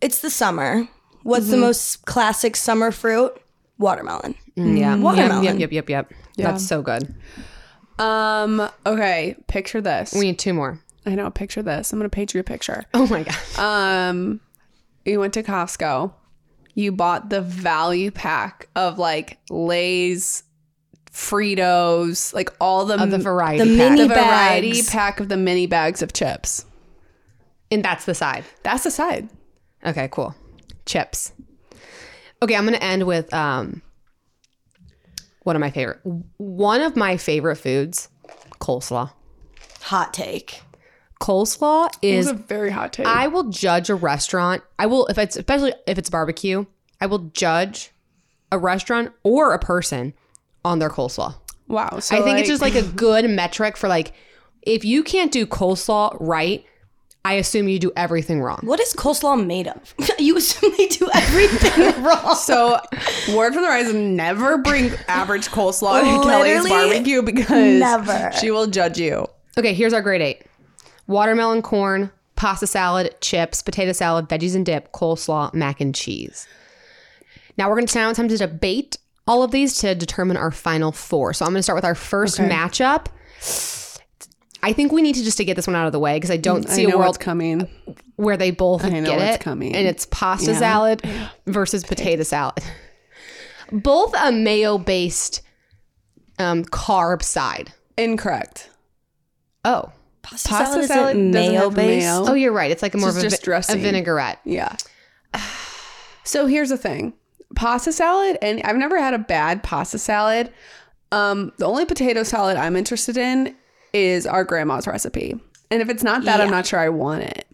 [SPEAKER 4] it's the summer. What's
[SPEAKER 3] Mm-hmm.
[SPEAKER 4] the most classic summer fruit? Watermelon.
[SPEAKER 2] Yeah.
[SPEAKER 4] Watermelon.
[SPEAKER 2] Yep, yep, yep, yep. That's so good.
[SPEAKER 3] um. Okay. Picture this.
[SPEAKER 2] We need two more.
[SPEAKER 3] I know. Picture this. I'm gonna paint you a picture.
[SPEAKER 2] Oh my god.
[SPEAKER 3] Um, you went to Costco. You bought the value pack of like Lay's, Fritos, like all the
[SPEAKER 2] the variety.
[SPEAKER 4] The
[SPEAKER 2] pack.
[SPEAKER 4] mini
[SPEAKER 3] the variety
[SPEAKER 4] bags.
[SPEAKER 3] pack of the mini bags of chips.
[SPEAKER 2] and that's the side.
[SPEAKER 3] That's the side.
[SPEAKER 2] Okay, cool. Chips. Okay, I'm gonna end with um one of my favorite one of my favorite foods, coleslaw.
[SPEAKER 4] Hot take.
[SPEAKER 2] Coleslaw
[SPEAKER 3] It
[SPEAKER 2] is
[SPEAKER 3] was a very hot take.
[SPEAKER 2] I will judge a restaurant. I will if it's especially if it's barbecue. I will judge a restaurant or a person on their coleslaw.
[SPEAKER 3] wow. So
[SPEAKER 2] I think it's just like a good metric for like if you can't do coleslaw right, I assume you do everything wrong.
[SPEAKER 4] What is coleslaw made of? you assume they do everything wrong.
[SPEAKER 3] so. Word from the rise: Never bring average coleslaw to Kelly's
[SPEAKER 4] Literally
[SPEAKER 3] barbecue because
[SPEAKER 4] never.
[SPEAKER 3] she will judge you.
[SPEAKER 2] Okay, here's our grade eight: watermelon, corn, pasta salad, chips, potato salad, veggies and dip, coleslaw, mac and cheese. Now we're going to spend time to debate all of these to determine our final four. So I'm going to start with our first matchup. I think we need to just to get this one out of the way because I don't see a
[SPEAKER 3] I know what's
[SPEAKER 2] world
[SPEAKER 3] coming.
[SPEAKER 2] where they both
[SPEAKER 3] know
[SPEAKER 2] get
[SPEAKER 3] what's
[SPEAKER 2] it.
[SPEAKER 3] coming.
[SPEAKER 2] And it's pasta salad versus potato salad. Both a mayo-based um, carb side.
[SPEAKER 3] Incorrect.
[SPEAKER 2] Oh,
[SPEAKER 4] Pasta,
[SPEAKER 3] Pasta
[SPEAKER 4] salad,
[SPEAKER 3] salad
[SPEAKER 4] isn't
[SPEAKER 3] doesn't have
[SPEAKER 4] mayo based.
[SPEAKER 3] mayo.
[SPEAKER 2] oh, you're right. It's like a more
[SPEAKER 3] This
[SPEAKER 2] of
[SPEAKER 3] is
[SPEAKER 2] a,
[SPEAKER 3] just
[SPEAKER 2] vi-
[SPEAKER 3] dressing.
[SPEAKER 2] a vinaigrette.
[SPEAKER 3] Yeah. So here's the thing. Pasta salad and I've never had a bad pasta salad. Um the only potato salad I'm interested in is our grandma's recipe. And if it's not that, I'm not sure I want it.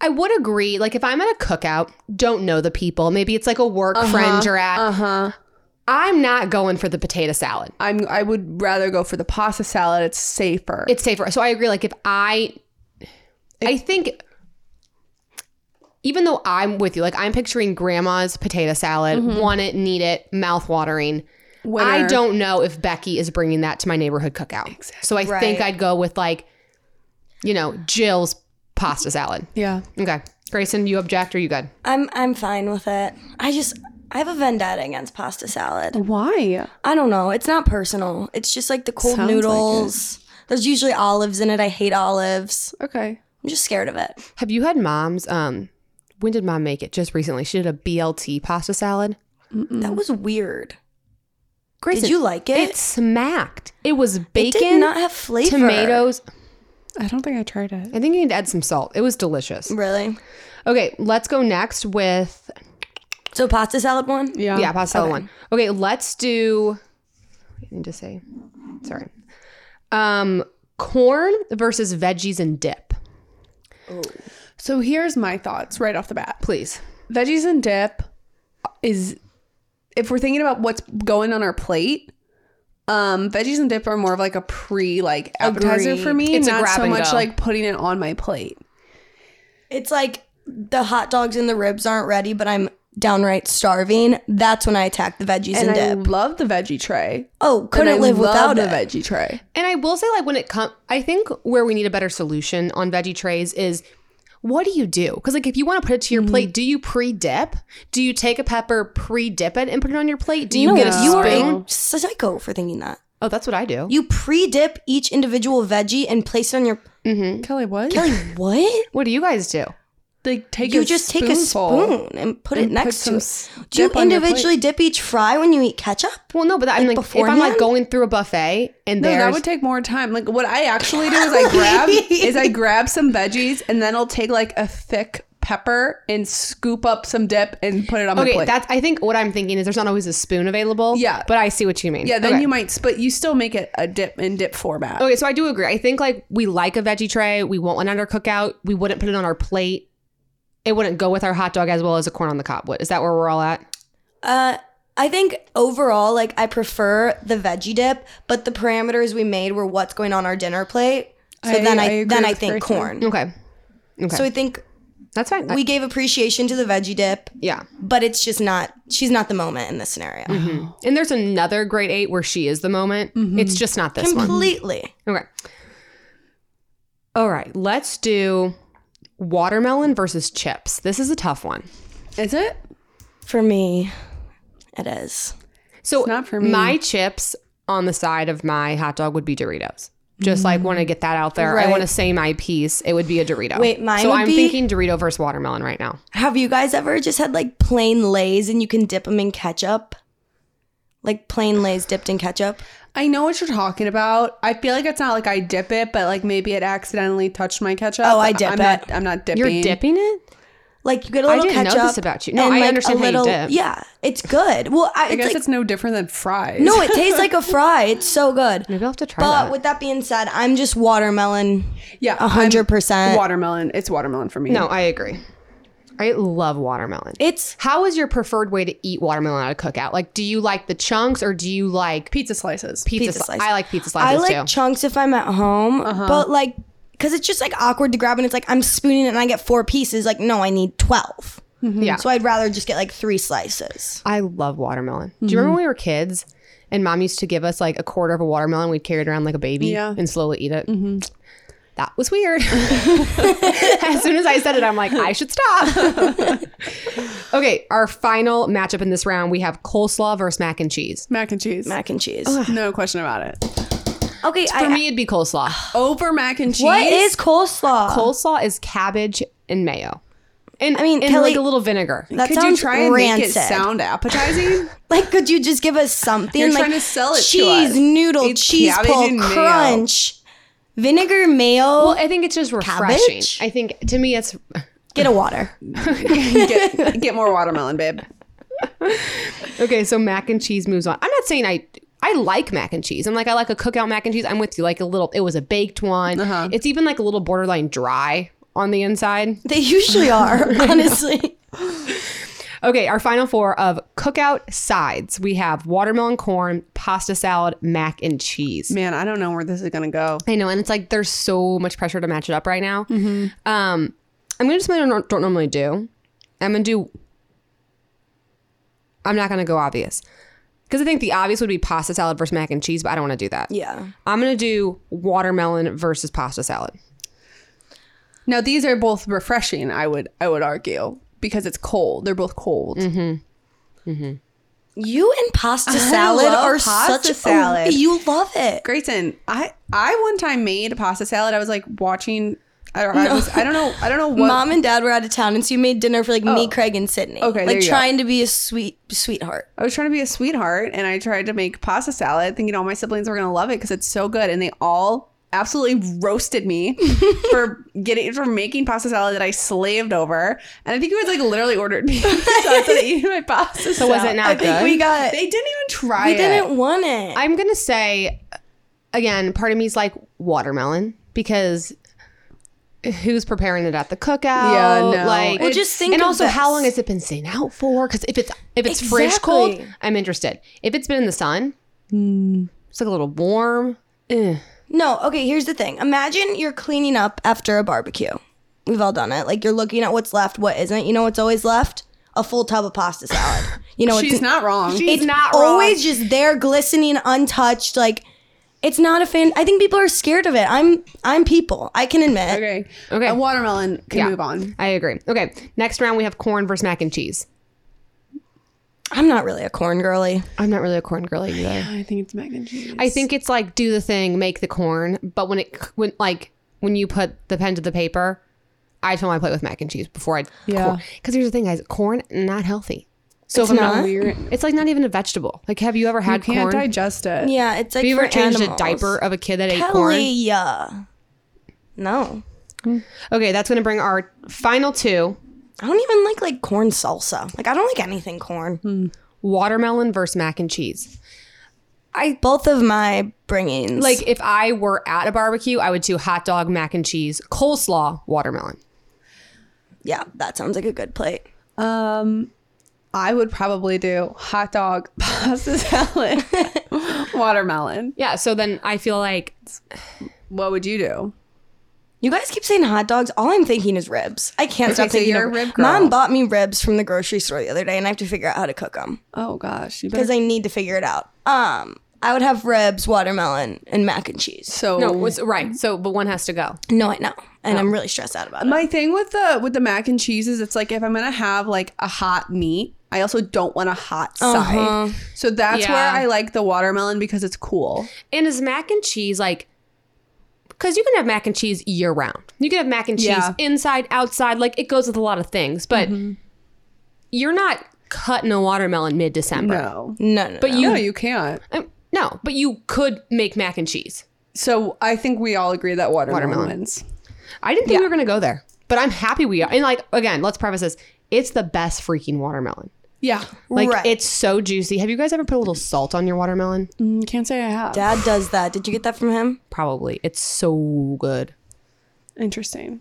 [SPEAKER 2] I would agree. Like if I'm at a cookout, don't know the people. Maybe it's like a work friend you're at.
[SPEAKER 3] Uh-huh.
[SPEAKER 2] I'm not going for the potato salad.
[SPEAKER 3] I'm I would rather go for the pasta salad. It's safer.
[SPEAKER 2] It's safer. So I agree. Like if I, I think, even though
[SPEAKER 3] Mm-hmm.
[SPEAKER 2] I'm with you, like I'm picturing grandma's potato salad, want it, need it, mouth watering.
[SPEAKER 3] Winner.
[SPEAKER 2] I don't know if Becky is bringing that to my neighborhood cookout. So I think
[SPEAKER 4] Right.
[SPEAKER 2] I'd go with like, you know, Jill's pasta salad.
[SPEAKER 3] Yeah.
[SPEAKER 2] Okay. Grayson, you object or you good?
[SPEAKER 4] I'm I'm fine with it. I just I have a vendetta against pasta salad.
[SPEAKER 3] Why?
[SPEAKER 4] I don't know. It's not personal. It's just like the cold
[SPEAKER 3] Sounds like
[SPEAKER 4] noodles. There's usually olives in it. I hate olives.
[SPEAKER 3] Okay.
[SPEAKER 4] I'm just scared of it.
[SPEAKER 2] Have you had mom's? Um, when did mom make it? Just recently. She did a BLT pasta salad.
[SPEAKER 4] That was weird.
[SPEAKER 2] Grayson,
[SPEAKER 4] Did you like it?
[SPEAKER 2] It smacked. It was
[SPEAKER 4] It
[SPEAKER 2] bacon,
[SPEAKER 4] did not have flavor.
[SPEAKER 2] tomatoes.
[SPEAKER 3] I don't think I tried it.
[SPEAKER 2] I think you need to add some salt. It was delicious.
[SPEAKER 4] Really?
[SPEAKER 2] Okay, let's go next with
[SPEAKER 4] So pasta salad one?
[SPEAKER 3] Yeah.
[SPEAKER 2] yeah, pasta salad one. Okay, let's do. I need to say, sorry. Um, corn versus veggies and dip,
[SPEAKER 3] So here's my thoughts right off the bat.
[SPEAKER 2] please.
[SPEAKER 3] veggies and dip is if we're thinking about what's going on our plate um veggies and dip are more of like a pre like appetizer for me
[SPEAKER 2] It's a
[SPEAKER 3] not
[SPEAKER 2] grab
[SPEAKER 3] so
[SPEAKER 2] and
[SPEAKER 3] much
[SPEAKER 2] go.
[SPEAKER 3] like putting it on my plate
[SPEAKER 4] It's like the hot dogs and the ribs aren't ready, but I'm downright starving. That's when I attack the veggies and,
[SPEAKER 3] and i
[SPEAKER 4] dip.
[SPEAKER 3] love the veggie tray
[SPEAKER 4] oh,
[SPEAKER 3] And I
[SPEAKER 4] couldn't live
[SPEAKER 3] love
[SPEAKER 4] without
[SPEAKER 3] the
[SPEAKER 4] it.
[SPEAKER 3] veggie tray
[SPEAKER 2] And I will say, like, when it comes, I think where we need a better solution on veggie trays is what do you do? Because, like, if you want to put it to your
[SPEAKER 3] Mm-hmm.
[SPEAKER 2] plate, do you pre dip? Do you take a pepper, pre dip it, and put it on your plate? Do you
[SPEAKER 4] no,
[SPEAKER 2] get a
[SPEAKER 4] you are
[SPEAKER 2] spoon?
[SPEAKER 4] a psycho for thinking that.
[SPEAKER 2] oh, that's what I do.
[SPEAKER 4] You pre-dip each individual veggie and place it on your
[SPEAKER 3] kelly what
[SPEAKER 4] Kelly. What?
[SPEAKER 2] what do you guys do?
[SPEAKER 3] like take
[SPEAKER 4] You
[SPEAKER 3] a
[SPEAKER 4] just take a
[SPEAKER 3] spoonful
[SPEAKER 4] spoon and put it
[SPEAKER 3] and
[SPEAKER 4] next
[SPEAKER 3] put
[SPEAKER 4] to
[SPEAKER 3] some
[SPEAKER 4] it. Do you
[SPEAKER 3] dip on your plate.
[SPEAKER 4] individually dip each fry when you eat ketchup?
[SPEAKER 2] Well, no, but I'm like, if I'm like
[SPEAKER 4] beforehand?
[SPEAKER 2] going through a buffet and
[SPEAKER 3] no, that
[SPEAKER 2] there's
[SPEAKER 3] would take more time. Like what I actually do is I grab is I grab some veggies and then I'll take like a thick pepper and scoop up some dip and put it on my
[SPEAKER 2] okay,
[SPEAKER 3] plate.
[SPEAKER 2] that's I think what I'm thinking is there's not always a spoon available.
[SPEAKER 3] Yeah.
[SPEAKER 2] but I see what you mean.
[SPEAKER 3] Yeah, then
[SPEAKER 2] okay.
[SPEAKER 3] you might, but you still make it a dip in dip format.
[SPEAKER 2] Okay, so I do agree. I think like we like a veggie tray. We want one at our cookout. We wouldn't put it on our plate. It wouldn't go with our hot dog as well as a corn on the cob would. Is that where we're all at?
[SPEAKER 4] Uh, I think overall, like I prefer the veggie dip, but the parameters we made were what's going on our dinner plate. So
[SPEAKER 3] I-
[SPEAKER 4] then I,
[SPEAKER 3] I agree
[SPEAKER 4] then I
[SPEAKER 3] with
[SPEAKER 4] think
[SPEAKER 3] Kirsten.
[SPEAKER 4] corn.
[SPEAKER 2] Okay,
[SPEAKER 4] So I think
[SPEAKER 2] that's fine. I-
[SPEAKER 4] we gave appreciation to the veggie dip,
[SPEAKER 2] yeah,
[SPEAKER 4] but it's just not. She's not the moment in this scenario.
[SPEAKER 2] Mm-hmm. and there's another grade eight where she is the moment.
[SPEAKER 4] Mm-hmm.
[SPEAKER 2] It's just not this one.
[SPEAKER 4] Completely.
[SPEAKER 2] Okay. All right, let's do watermelon versus chips. This is a tough one.
[SPEAKER 3] Is it?
[SPEAKER 4] For me, it is.
[SPEAKER 2] So
[SPEAKER 3] not for me.
[SPEAKER 2] My chips on the side of my hot dog would be Doritos. Just like want to get that out there. I
[SPEAKER 4] Right.
[SPEAKER 2] want to say my piece. It would be a Dorito.
[SPEAKER 4] Wait, mine
[SPEAKER 2] So
[SPEAKER 4] would
[SPEAKER 2] I'm
[SPEAKER 4] be-
[SPEAKER 2] thinking Dorito versus watermelon right now.
[SPEAKER 4] Have you guys ever just had like plain Lay's and you can dip them in ketchup? Like plain Lay's dipped in ketchup?
[SPEAKER 3] I know what you're talking about. I feel like it's not like I dip it, but like maybe it accidentally touched my ketchup.
[SPEAKER 4] Oh, I
[SPEAKER 3] But
[SPEAKER 4] dip
[SPEAKER 3] I'm Not,
[SPEAKER 4] it.
[SPEAKER 3] I'm not dipping.
[SPEAKER 2] You're dipping it.
[SPEAKER 4] Like you get a little
[SPEAKER 2] didn't know
[SPEAKER 4] ketchup.
[SPEAKER 2] this about you. No,
[SPEAKER 4] and,
[SPEAKER 2] I
[SPEAKER 4] like,
[SPEAKER 2] understand
[SPEAKER 4] a
[SPEAKER 2] how you
[SPEAKER 4] little,
[SPEAKER 2] dip.
[SPEAKER 4] Yeah, it's good. Well, I,
[SPEAKER 3] I
[SPEAKER 4] it's
[SPEAKER 3] guess
[SPEAKER 4] like,
[SPEAKER 3] it's no different than fries.
[SPEAKER 4] no, it tastes like a fry. It's so good.
[SPEAKER 2] Maybe I'll have to try
[SPEAKER 4] But
[SPEAKER 2] that.
[SPEAKER 4] with that being said, I'm just watermelon.
[SPEAKER 3] yeah,
[SPEAKER 4] a hundred
[SPEAKER 3] I'm-
[SPEAKER 4] percent.
[SPEAKER 3] watermelon. It's watermelon for me.
[SPEAKER 2] no, I agree. I love watermelon.
[SPEAKER 4] It's
[SPEAKER 2] How is your preferred way to eat watermelon at a cookout? Like, do you like the chunks or do you like pizza,
[SPEAKER 3] pizza slices.
[SPEAKER 4] Pizza
[SPEAKER 2] slices?
[SPEAKER 4] slice.
[SPEAKER 2] I like pizza
[SPEAKER 4] I
[SPEAKER 2] slices
[SPEAKER 4] like
[SPEAKER 2] too.
[SPEAKER 4] chunks if I'm at home,
[SPEAKER 3] Uh-huh.
[SPEAKER 4] but like because it's just like awkward to grab and it's like I'm spooning it and I get four pieces. Like no, I need 12
[SPEAKER 3] Mm-hmm.
[SPEAKER 2] Yeah.
[SPEAKER 4] So I'd rather just get like three slices.
[SPEAKER 2] I love watermelon. Do you
[SPEAKER 4] Mm-hmm.
[SPEAKER 2] remember when we were kids and mom used to give us like a quarter of a watermelon? We'd carry it around like a baby
[SPEAKER 3] Yeah.
[SPEAKER 2] and slowly eat it.
[SPEAKER 4] Mm-hmm.
[SPEAKER 2] That was weird. as soon as I said it, I'm like, I should stop. okay, our final matchup in this round we have coleslaw versus mac and cheese.
[SPEAKER 3] mac and cheese.
[SPEAKER 4] Mac and cheese.
[SPEAKER 3] no question about it.
[SPEAKER 4] Okay,
[SPEAKER 2] For
[SPEAKER 4] I,
[SPEAKER 2] me, it'd be coleslaw.
[SPEAKER 3] Over mac and cheese.
[SPEAKER 4] what is coleslaw?
[SPEAKER 2] coleslaw is cabbage and mayo. And I
[SPEAKER 4] mean,
[SPEAKER 2] mean, and
[SPEAKER 4] Kelly-
[SPEAKER 2] like a little vinegar.
[SPEAKER 4] that
[SPEAKER 3] Could you
[SPEAKER 4] sounds
[SPEAKER 3] try and make it
[SPEAKER 4] rancid.
[SPEAKER 3] sound appetizing?
[SPEAKER 4] Like, could you just give us something?
[SPEAKER 3] You're
[SPEAKER 4] like
[SPEAKER 3] trying to sell it to
[SPEAKER 4] Cheese,
[SPEAKER 3] us.
[SPEAKER 4] noodle,
[SPEAKER 3] It's
[SPEAKER 4] cheese
[SPEAKER 3] cabbage
[SPEAKER 4] pull,
[SPEAKER 3] and mayo.
[SPEAKER 4] crunch, vinegar, mayo.
[SPEAKER 2] Well, I think it's just refreshing.
[SPEAKER 4] Cabbage?
[SPEAKER 2] I think to me, it's
[SPEAKER 4] get a water.
[SPEAKER 3] get, get more watermelon, babe.
[SPEAKER 2] Okay, so mac and cheese moves on. I'm not saying I I like mac and cheese. I'm like I like a cookout mac and cheese. I'm with you. Like a little, it was a baked one. It's even like a little borderline dry on the inside.
[SPEAKER 4] They usually are, honestly.
[SPEAKER 2] Okay, our final four of cookout sides. We have watermelon corn, pasta salad, mac and cheese.
[SPEAKER 3] Man, I don't know where this is gonna go.
[SPEAKER 2] I know, and it's like there's so much pressure to match it up right now. Um, I'm gonna do something I don't, don't normally do. I'm gonna do. I'm not gonna go obvious Because I think the obvious would be pasta salad versus mac and cheese, but I don't want to do that.
[SPEAKER 4] Yeah.
[SPEAKER 2] I'm going to do watermelon versus pasta salad.
[SPEAKER 3] Now these are both refreshing. I would I would argue because it's cold. They're both cold.
[SPEAKER 4] Mm-hmm. You and pasta salad
[SPEAKER 3] love
[SPEAKER 4] are
[SPEAKER 3] pasta
[SPEAKER 4] such
[SPEAKER 3] salad.
[SPEAKER 4] Oh, you love it.
[SPEAKER 3] Grayson, I I one time made pasta salad. I was like watching. I don't. I, was, I don't know. I don't know what. Oh.
[SPEAKER 4] Mom and dad were out of town, and so you made dinner for like me, Craig, and Sydney.
[SPEAKER 3] Okay,
[SPEAKER 4] like
[SPEAKER 3] there you go.
[SPEAKER 4] trying to be a sweet sweetheart.
[SPEAKER 3] I was trying to be a sweetheart, and I tried to make pasta salad, thinking all my siblings were gonna love it because it's so good, and they all absolutely roasted me for getting for making pasta salad that I slaved over. And I think you guys like literally ordered me pizza to eat my pasta.
[SPEAKER 2] So was it not good?
[SPEAKER 4] We got.
[SPEAKER 3] They didn't even try.
[SPEAKER 4] We
[SPEAKER 3] it.
[SPEAKER 4] didn't want it.
[SPEAKER 2] I'm gonna say again, part of me's like watermelon because who's preparing it at the cookout?
[SPEAKER 3] Yeah, no.
[SPEAKER 2] Like,
[SPEAKER 4] Well, just think
[SPEAKER 2] and
[SPEAKER 4] of
[SPEAKER 2] also how
[SPEAKER 4] this.
[SPEAKER 2] long has it been sitting out for? Because if it's if it's fridge cold,
[SPEAKER 4] Exactly.
[SPEAKER 2] I'm interested. If it's been in the sun, it's like a little warm. Eh.
[SPEAKER 4] No, okay, here's the thing. Imagine you're cleaning up after a barbecue. We've all done it. Like you're looking at what's left, what isn't. You know what's always left? A full tub of pasta salad. You know
[SPEAKER 3] She's
[SPEAKER 4] it's
[SPEAKER 3] not wrong.
[SPEAKER 4] it's
[SPEAKER 2] not wrong.
[SPEAKER 4] always just there glistening untouched like it's not a fan. I think people are scared of it. I'm I'm people. I can admit.
[SPEAKER 3] okay.
[SPEAKER 2] Okay.
[SPEAKER 3] A watermelon can move on.
[SPEAKER 2] I agree. Okay, next round we have corn versus mac and cheese.
[SPEAKER 4] I'm not really a corn girly.
[SPEAKER 2] I'm not really a corn girl either.
[SPEAKER 3] I think it's mac and cheese.
[SPEAKER 2] I think it's like do the thing, make the corn. But when it when like when you put the pen to the paper, I fill my plate with mac and cheese before I
[SPEAKER 3] Yeah.
[SPEAKER 2] Because here's the thing, guys, corn not healthy. So
[SPEAKER 4] It's
[SPEAKER 2] if I'm
[SPEAKER 4] not?
[SPEAKER 3] Weird.
[SPEAKER 2] it's like not even a vegetable. Like, have you ever had
[SPEAKER 3] Can't
[SPEAKER 2] corn?
[SPEAKER 3] digest it.
[SPEAKER 4] Yeah, it's like
[SPEAKER 2] have you ever
[SPEAKER 4] for
[SPEAKER 2] changed
[SPEAKER 4] animals.
[SPEAKER 2] a diaper of a kid that ate
[SPEAKER 4] Kelly,
[SPEAKER 2] corn?
[SPEAKER 4] yeah. No.
[SPEAKER 2] Okay, that's gonna bring our final two:
[SPEAKER 4] I don't even like like corn salsa. Like I don't like anything corn.
[SPEAKER 2] Hmm. watermelon versus mac and cheese.
[SPEAKER 4] I both of my bringings.
[SPEAKER 2] Like, if I were at a barbecue, I would do hot dog, mac and cheese, coleslaw, watermelon.
[SPEAKER 4] yeah, that sounds like a good plate.
[SPEAKER 3] Um, I would probably do hot dog, pasta salad, watermelon.
[SPEAKER 2] Yeah. So then I feel like
[SPEAKER 3] What would you do?
[SPEAKER 4] You guys keep saying hot dogs. All I'm thinking is ribs. I can't stop
[SPEAKER 3] so
[SPEAKER 4] thinking
[SPEAKER 3] you're
[SPEAKER 4] of
[SPEAKER 3] a rib girl.
[SPEAKER 4] Mom bought me ribs from the grocery store the other day, and I have to figure out how to cook them
[SPEAKER 3] Oh gosh, you
[SPEAKER 4] because
[SPEAKER 3] better.
[SPEAKER 4] I need to figure it out. Um, I would have ribs, watermelon, and mac and cheese.
[SPEAKER 3] so
[SPEAKER 2] no, was right. So, but one has to go.
[SPEAKER 4] No, I know, and I'm really stressed out about it.
[SPEAKER 3] my thing with the with the mac and cheese is it's like if I'm gonna have like a hot meat, I also don't want a hot side. So that's
[SPEAKER 2] Uh-huh. Yeah.
[SPEAKER 3] where I like the watermelon because it's cool.
[SPEAKER 2] And is mac and cheese like? Because you can have mac and cheese year round. You can have mac and cheese
[SPEAKER 3] Yeah.
[SPEAKER 2] inside, outside. Like it goes with a lot of things, but you're not cutting a watermelon mid December.
[SPEAKER 3] No,
[SPEAKER 4] No, no,
[SPEAKER 2] But
[SPEAKER 4] no.
[SPEAKER 2] you
[SPEAKER 3] no, you can't.
[SPEAKER 2] um, no, but you could make mac and cheese.
[SPEAKER 3] So I think we all agree that watermelon,
[SPEAKER 2] Watermelon.
[SPEAKER 3] wins.
[SPEAKER 2] I didn't think we were gonna go there, but I'm happy we are. And like again, let's preface this: it's the best freaking watermelon.
[SPEAKER 3] Yeah,
[SPEAKER 2] Like
[SPEAKER 4] Right.
[SPEAKER 2] it's so juicy. Have you guys ever put a little salt on your watermelon?
[SPEAKER 3] Mm, can't say I have.
[SPEAKER 4] Dad does that. Did you get that from him?
[SPEAKER 2] Probably. It's so good.
[SPEAKER 3] Interesting.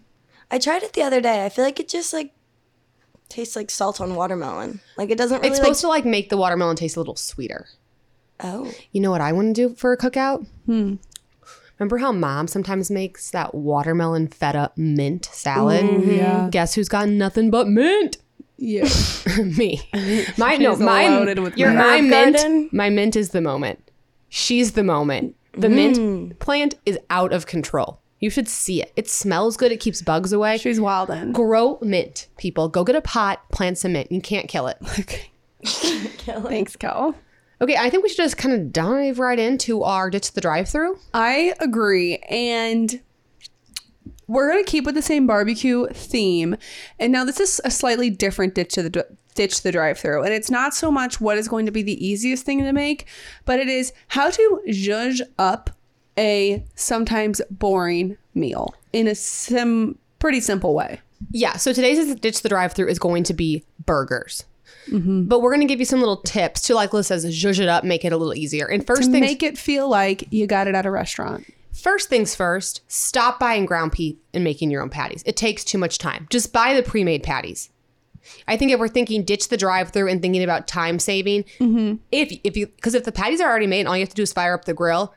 [SPEAKER 4] I tried it the other day. I feel like it just like tastes like salt on watermelon. Like it doesn't really.
[SPEAKER 2] It's supposed to like make the watermelon taste a little sweeter.
[SPEAKER 4] like, oh,
[SPEAKER 2] You know what I want to do for a cookout? Hmm. Remember how mom sometimes makes that watermelon feta mint salad?
[SPEAKER 3] yeah.
[SPEAKER 2] Guess who's got nothing but mint?
[SPEAKER 3] Yeah.
[SPEAKER 2] Me. My no,
[SPEAKER 3] She's
[SPEAKER 2] my
[SPEAKER 3] loaded with
[SPEAKER 2] your
[SPEAKER 3] mint.
[SPEAKER 2] my
[SPEAKER 4] Herb
[SPEAKER 2] mint.
[SPEAKER 4] garden?
[SPEAKER 2] My mint is the moment. She's the moment. The
[SPEAKER 3] Hmm.
[SPEAKER 2] mint plant is out of control. You should see it. It smells good. It keeps bugs away.
[SPEAKER 3] She's wild then.
[SPEAKER 2] Grow mint, people. Go get a pot, plant some mint. You can't kill it.
[SPEAKER 3] Okay. Thanks, Kel.
[SPEAKER 2] Okay, I think we should just kind of dive right into our ditch the drive-through.
[SPEAKER 3] I agree. And we're going to keep with the same barbecue theme. And now this is a slightly different ditch to the dr- ditch the drive-through. And it's not so much what is going to be the easiest thing to make, but it is how to zhuzh up a sometimes boring meal in a sim pretty simple way.
[SPEAKER 2] Yeah, so today's is ditch the drive through is going to be burgers.
[SPEAKER 3] Mm-hmm.
[SPEAKER 2] But we're going to give you some little tips to, like Liz says, zhuzh it up, make it a little easier. And first things,
[SPEAKER 3] Make it feel like you got it at a restaurant.
[SPEAKER 2] first things first, stop buying ground beef and making your own patties. It takes too much time. Just buy the pre-made patties. I think if we're thinking ditch the drive through and thinking about
[SPEAKER 3] Mm-hmm.
[SPEAKER 2] time saving, if if you because if the patties are already made, and all you have to do is fire up the grill.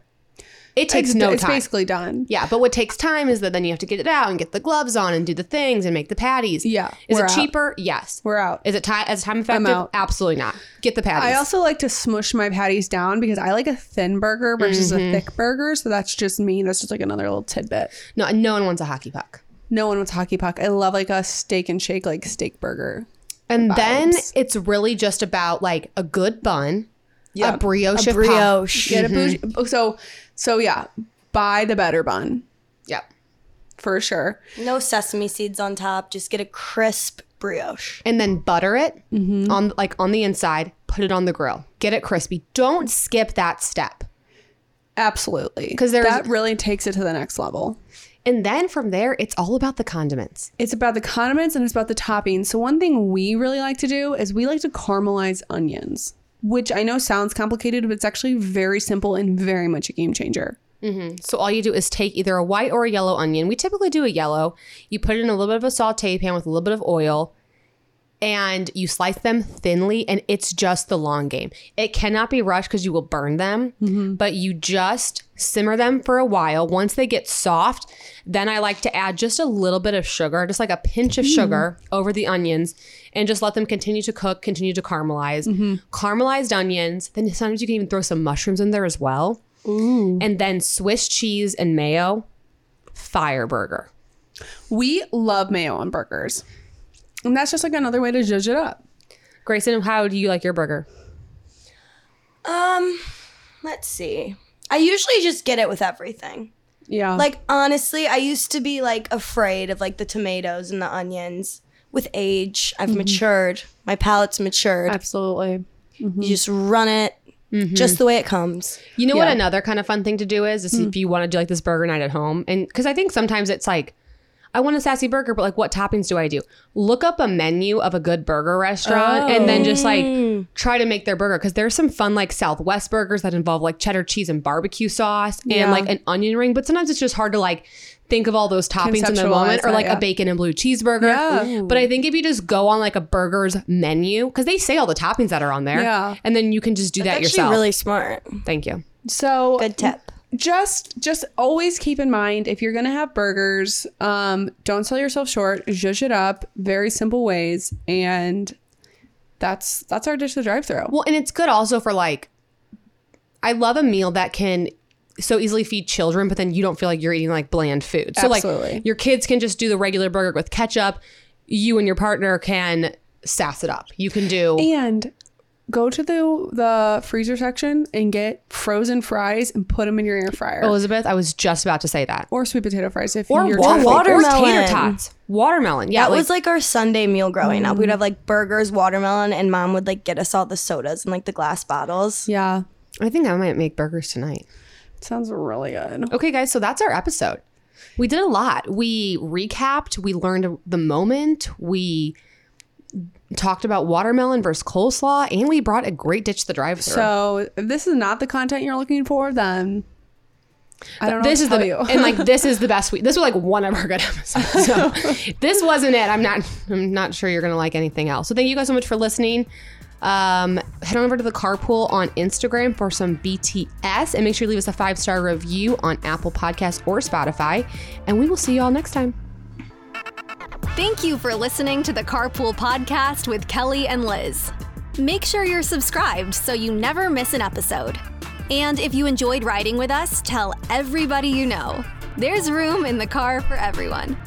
[SPEAKER 2] It takes
[SPEAKER 3] It's,
[SPEAKER 2] no
[SPEAKER 3] it's
[SPEAKER 2] time.
[SPEAKER 3] basically done.
[SPEAKER 2] yeah, but what takes time is that then you have to get it out and get the gloves on and do the things and make the patties.
[SPEAKER 3] Yeah,
[SPEAKER 2] Is
[SPEAKER 3] we're
[SPEAKER 2] it
[SPEAKER 3] out.
[SPEAKER 2] cheaper? Yes.
[SPEAKER 3] We're out.
[SPEAKER 2] Is it time as time effective?
[SPEAKER 3] out.
[SPEAKER 2] Absolutely not. Get the patties.
[SPEAKER 3] I also like to smush my patties down because I like a thin burger versus a thick burger. So that's just me. That's just like another little tidbit.
[SPEAKER 2] no no one wants a hockey puck.
[SPEAKER 3] No one wants hockey puck. I love like a steak and shake, like steak burger.
[SPEAKER 2] And then it's really just about like a good bun, a brioche, puff.
[SPEAKER 4] brioche.
[SPEAKER 3] Get a bougie. Oh, So, so yeah, buy the better bun
[SPEAKER 2] Yep.
[SPEAKER 3] for sure.
[SPEAKER 4] No sesame seeds on top. Just get a crisp brioche.
[SPEAKER 2] and then butter it
[SPEAKER 3] Mm-hmm.
[SPEAKER 2] on like on the inside put it on the grill get it crispy don't skip that step
[SPEAKER 3] Absolutely,
[SPEAKER 2] 'Cause there's-
[SPEAKER 3] that really takes it to the next level.
[SPEAKER 2] and then from there it's all about the condiments
[SPEAKER 3] It's about the condiments and it's about the toppings. So one thing we really like to do is we like to caramelize onions, which I know sounds complicated, but it's actually very simple and very much a game changer.
[SPEAKER 2] so all you do is take either a white or a yellow onion we typically do a yellow you put it in a little bit of a saute pan with a little bit of oil and you slice them thinly and it's just the long game it cannot be rushed because you will burn them but you just simmer them for a while once they get soft then i like to add just a little bit of sugar just like a pinch of sugar over the onions and just let them continue to cook continue to caramelize caramelized onions then sometimes you can even throw some mushrooms in there as well and then swiss cheese and mayo fire burger
[SPEAKER 3] We love mayo on burgers, and that's just like another way to judge it up.
[SPEAKER 2] grayson how do you like your burger
[SPEAKER 4] Um, let's see. I usually just get it with everything.
[SPEAKER 3] Yeah,
[SPEAKER 4] Like honestly, I used to be like afraid of like the tomatoes and the onions. With age, I've matured. My palate's matured.
[SPEAKER 3] absolutely.
[SPEAKER 4] You just run it just the way it comes.
[SPEAKER 2] You know what?
[SPEAKER 3] Yeah. Mm.
[SPEAKER 2] Another kind of fun thing to do is, is if you want to do like this burger night at home, and because I think sometimes it's like, I want a sassy burger, but like, what toppings do I do? Look up a menu of a good burger restaurant, and then just
[SPEAKER 3] Oh.
[SPEAKER 2] like try to make their burger because there's some fun like Southwest burgers that involve like cheddar cheese and barbecue sauce and like an onion ring. But sometimes it's just hard to like think of all those toppings in the
[SPEAKER 3] Conceptualize
[SPEAKER 2] moment, or
[SPEAKER 3] that,
[SPEAKER 2] like
[SPEAKER 3] yeah.
[SPEAKER 2] a bacon and blue cheeseburger.
[SPEAKER 3] Yeah.
[SPEAKER 2] But I think if you just go on like a burger's menu, because they say all the toppings that are on there,
[SPEAKER 3] Yeah.
[SPEAKER 2] and then you can just do that
[SPEAKER 4] Actually,
[SPEAKER 2] yourself.
[SPEAKER 4] really smart.
[SPEAKER 2] Thank you.
[SPEAKER 3] So
[SPEAKER 4] Good tip.
[SPEAKER 3] just just always keep in mind if you're gonna have burgers um don't sell yourself short zhuzh it up very simple ways and that's that's our dish to drive through
[SPEAKER 2] Well, and it's good also for like, I love a meal that can so easily feed children, but then you don't feel like you're eating like bland food. So
[SPEAKER 3] Absolutely.
[SPEAKER 2] like your kids can just do the regular burger with ketchup. You and your partner can sass it up. You can do
[SPEAKER 3] and go to the the freezer section and get frozen fries and put them in your air fryer
[SPEAKER 2] Elizabeth. I was just about to say that.
[SPEAKER 3] or sweet potato fries if
[SPEAKER 2] Oh. Or
[SPEAKER 3] you're
[SPEAKER 2] waffle-
[SPEAKER 3] too-
[SPEAKER 4] water-
[SPEAKER 2] Or tater
[SPEAKER 4] watermelon.
[SPEAKER 2] tots. Watermelon. Yeah.
[SPEAKER 4] That was like our Sunday meal growing up. We'd have like burgers, watermelon, and mom would like get us all the sodas and like the glass bottles.
[SPEAKER 3] yeah
[SPEAKER 2] I think I might make burgers tonight.
[SPEAKER 3] sounds really good
[SPEAKER 2] Okay, guys, so that's our episode. We did a lot. We recapped, we learned the moment, we talked about watermelon versus coleslaw, and we brought a great ditch to the drive through.
[SPEAKER 3] so if this is not the content you're looking for then i don't know
[SPEAKER 2] this
[SPEAKER 3] what
[SPEAKER 2] is
[SPEAKER 3] to
[SPEAKER 2] the
[SPEAKER 3] tell you
[SPEAKER 2] and like this is the best week. This was like one of our good episodes. So this wasn't it. I'm not I'm not sure you're gonna like anything else. So thank you guys so much for listening. Um, head on over to the carpool on Instagram for some BTS and make sure you leave us a five star review on Apple Podcasts or Spotify. And we will see you all next time.
[SPEAKER 1] Thank you for listening to the Carpool Podcast with Kelly and Liz. Make sure you're subscribed so you never miss an episode. And if you enjoyed riding with us, tell everybody you know. There's room in the car for everyone.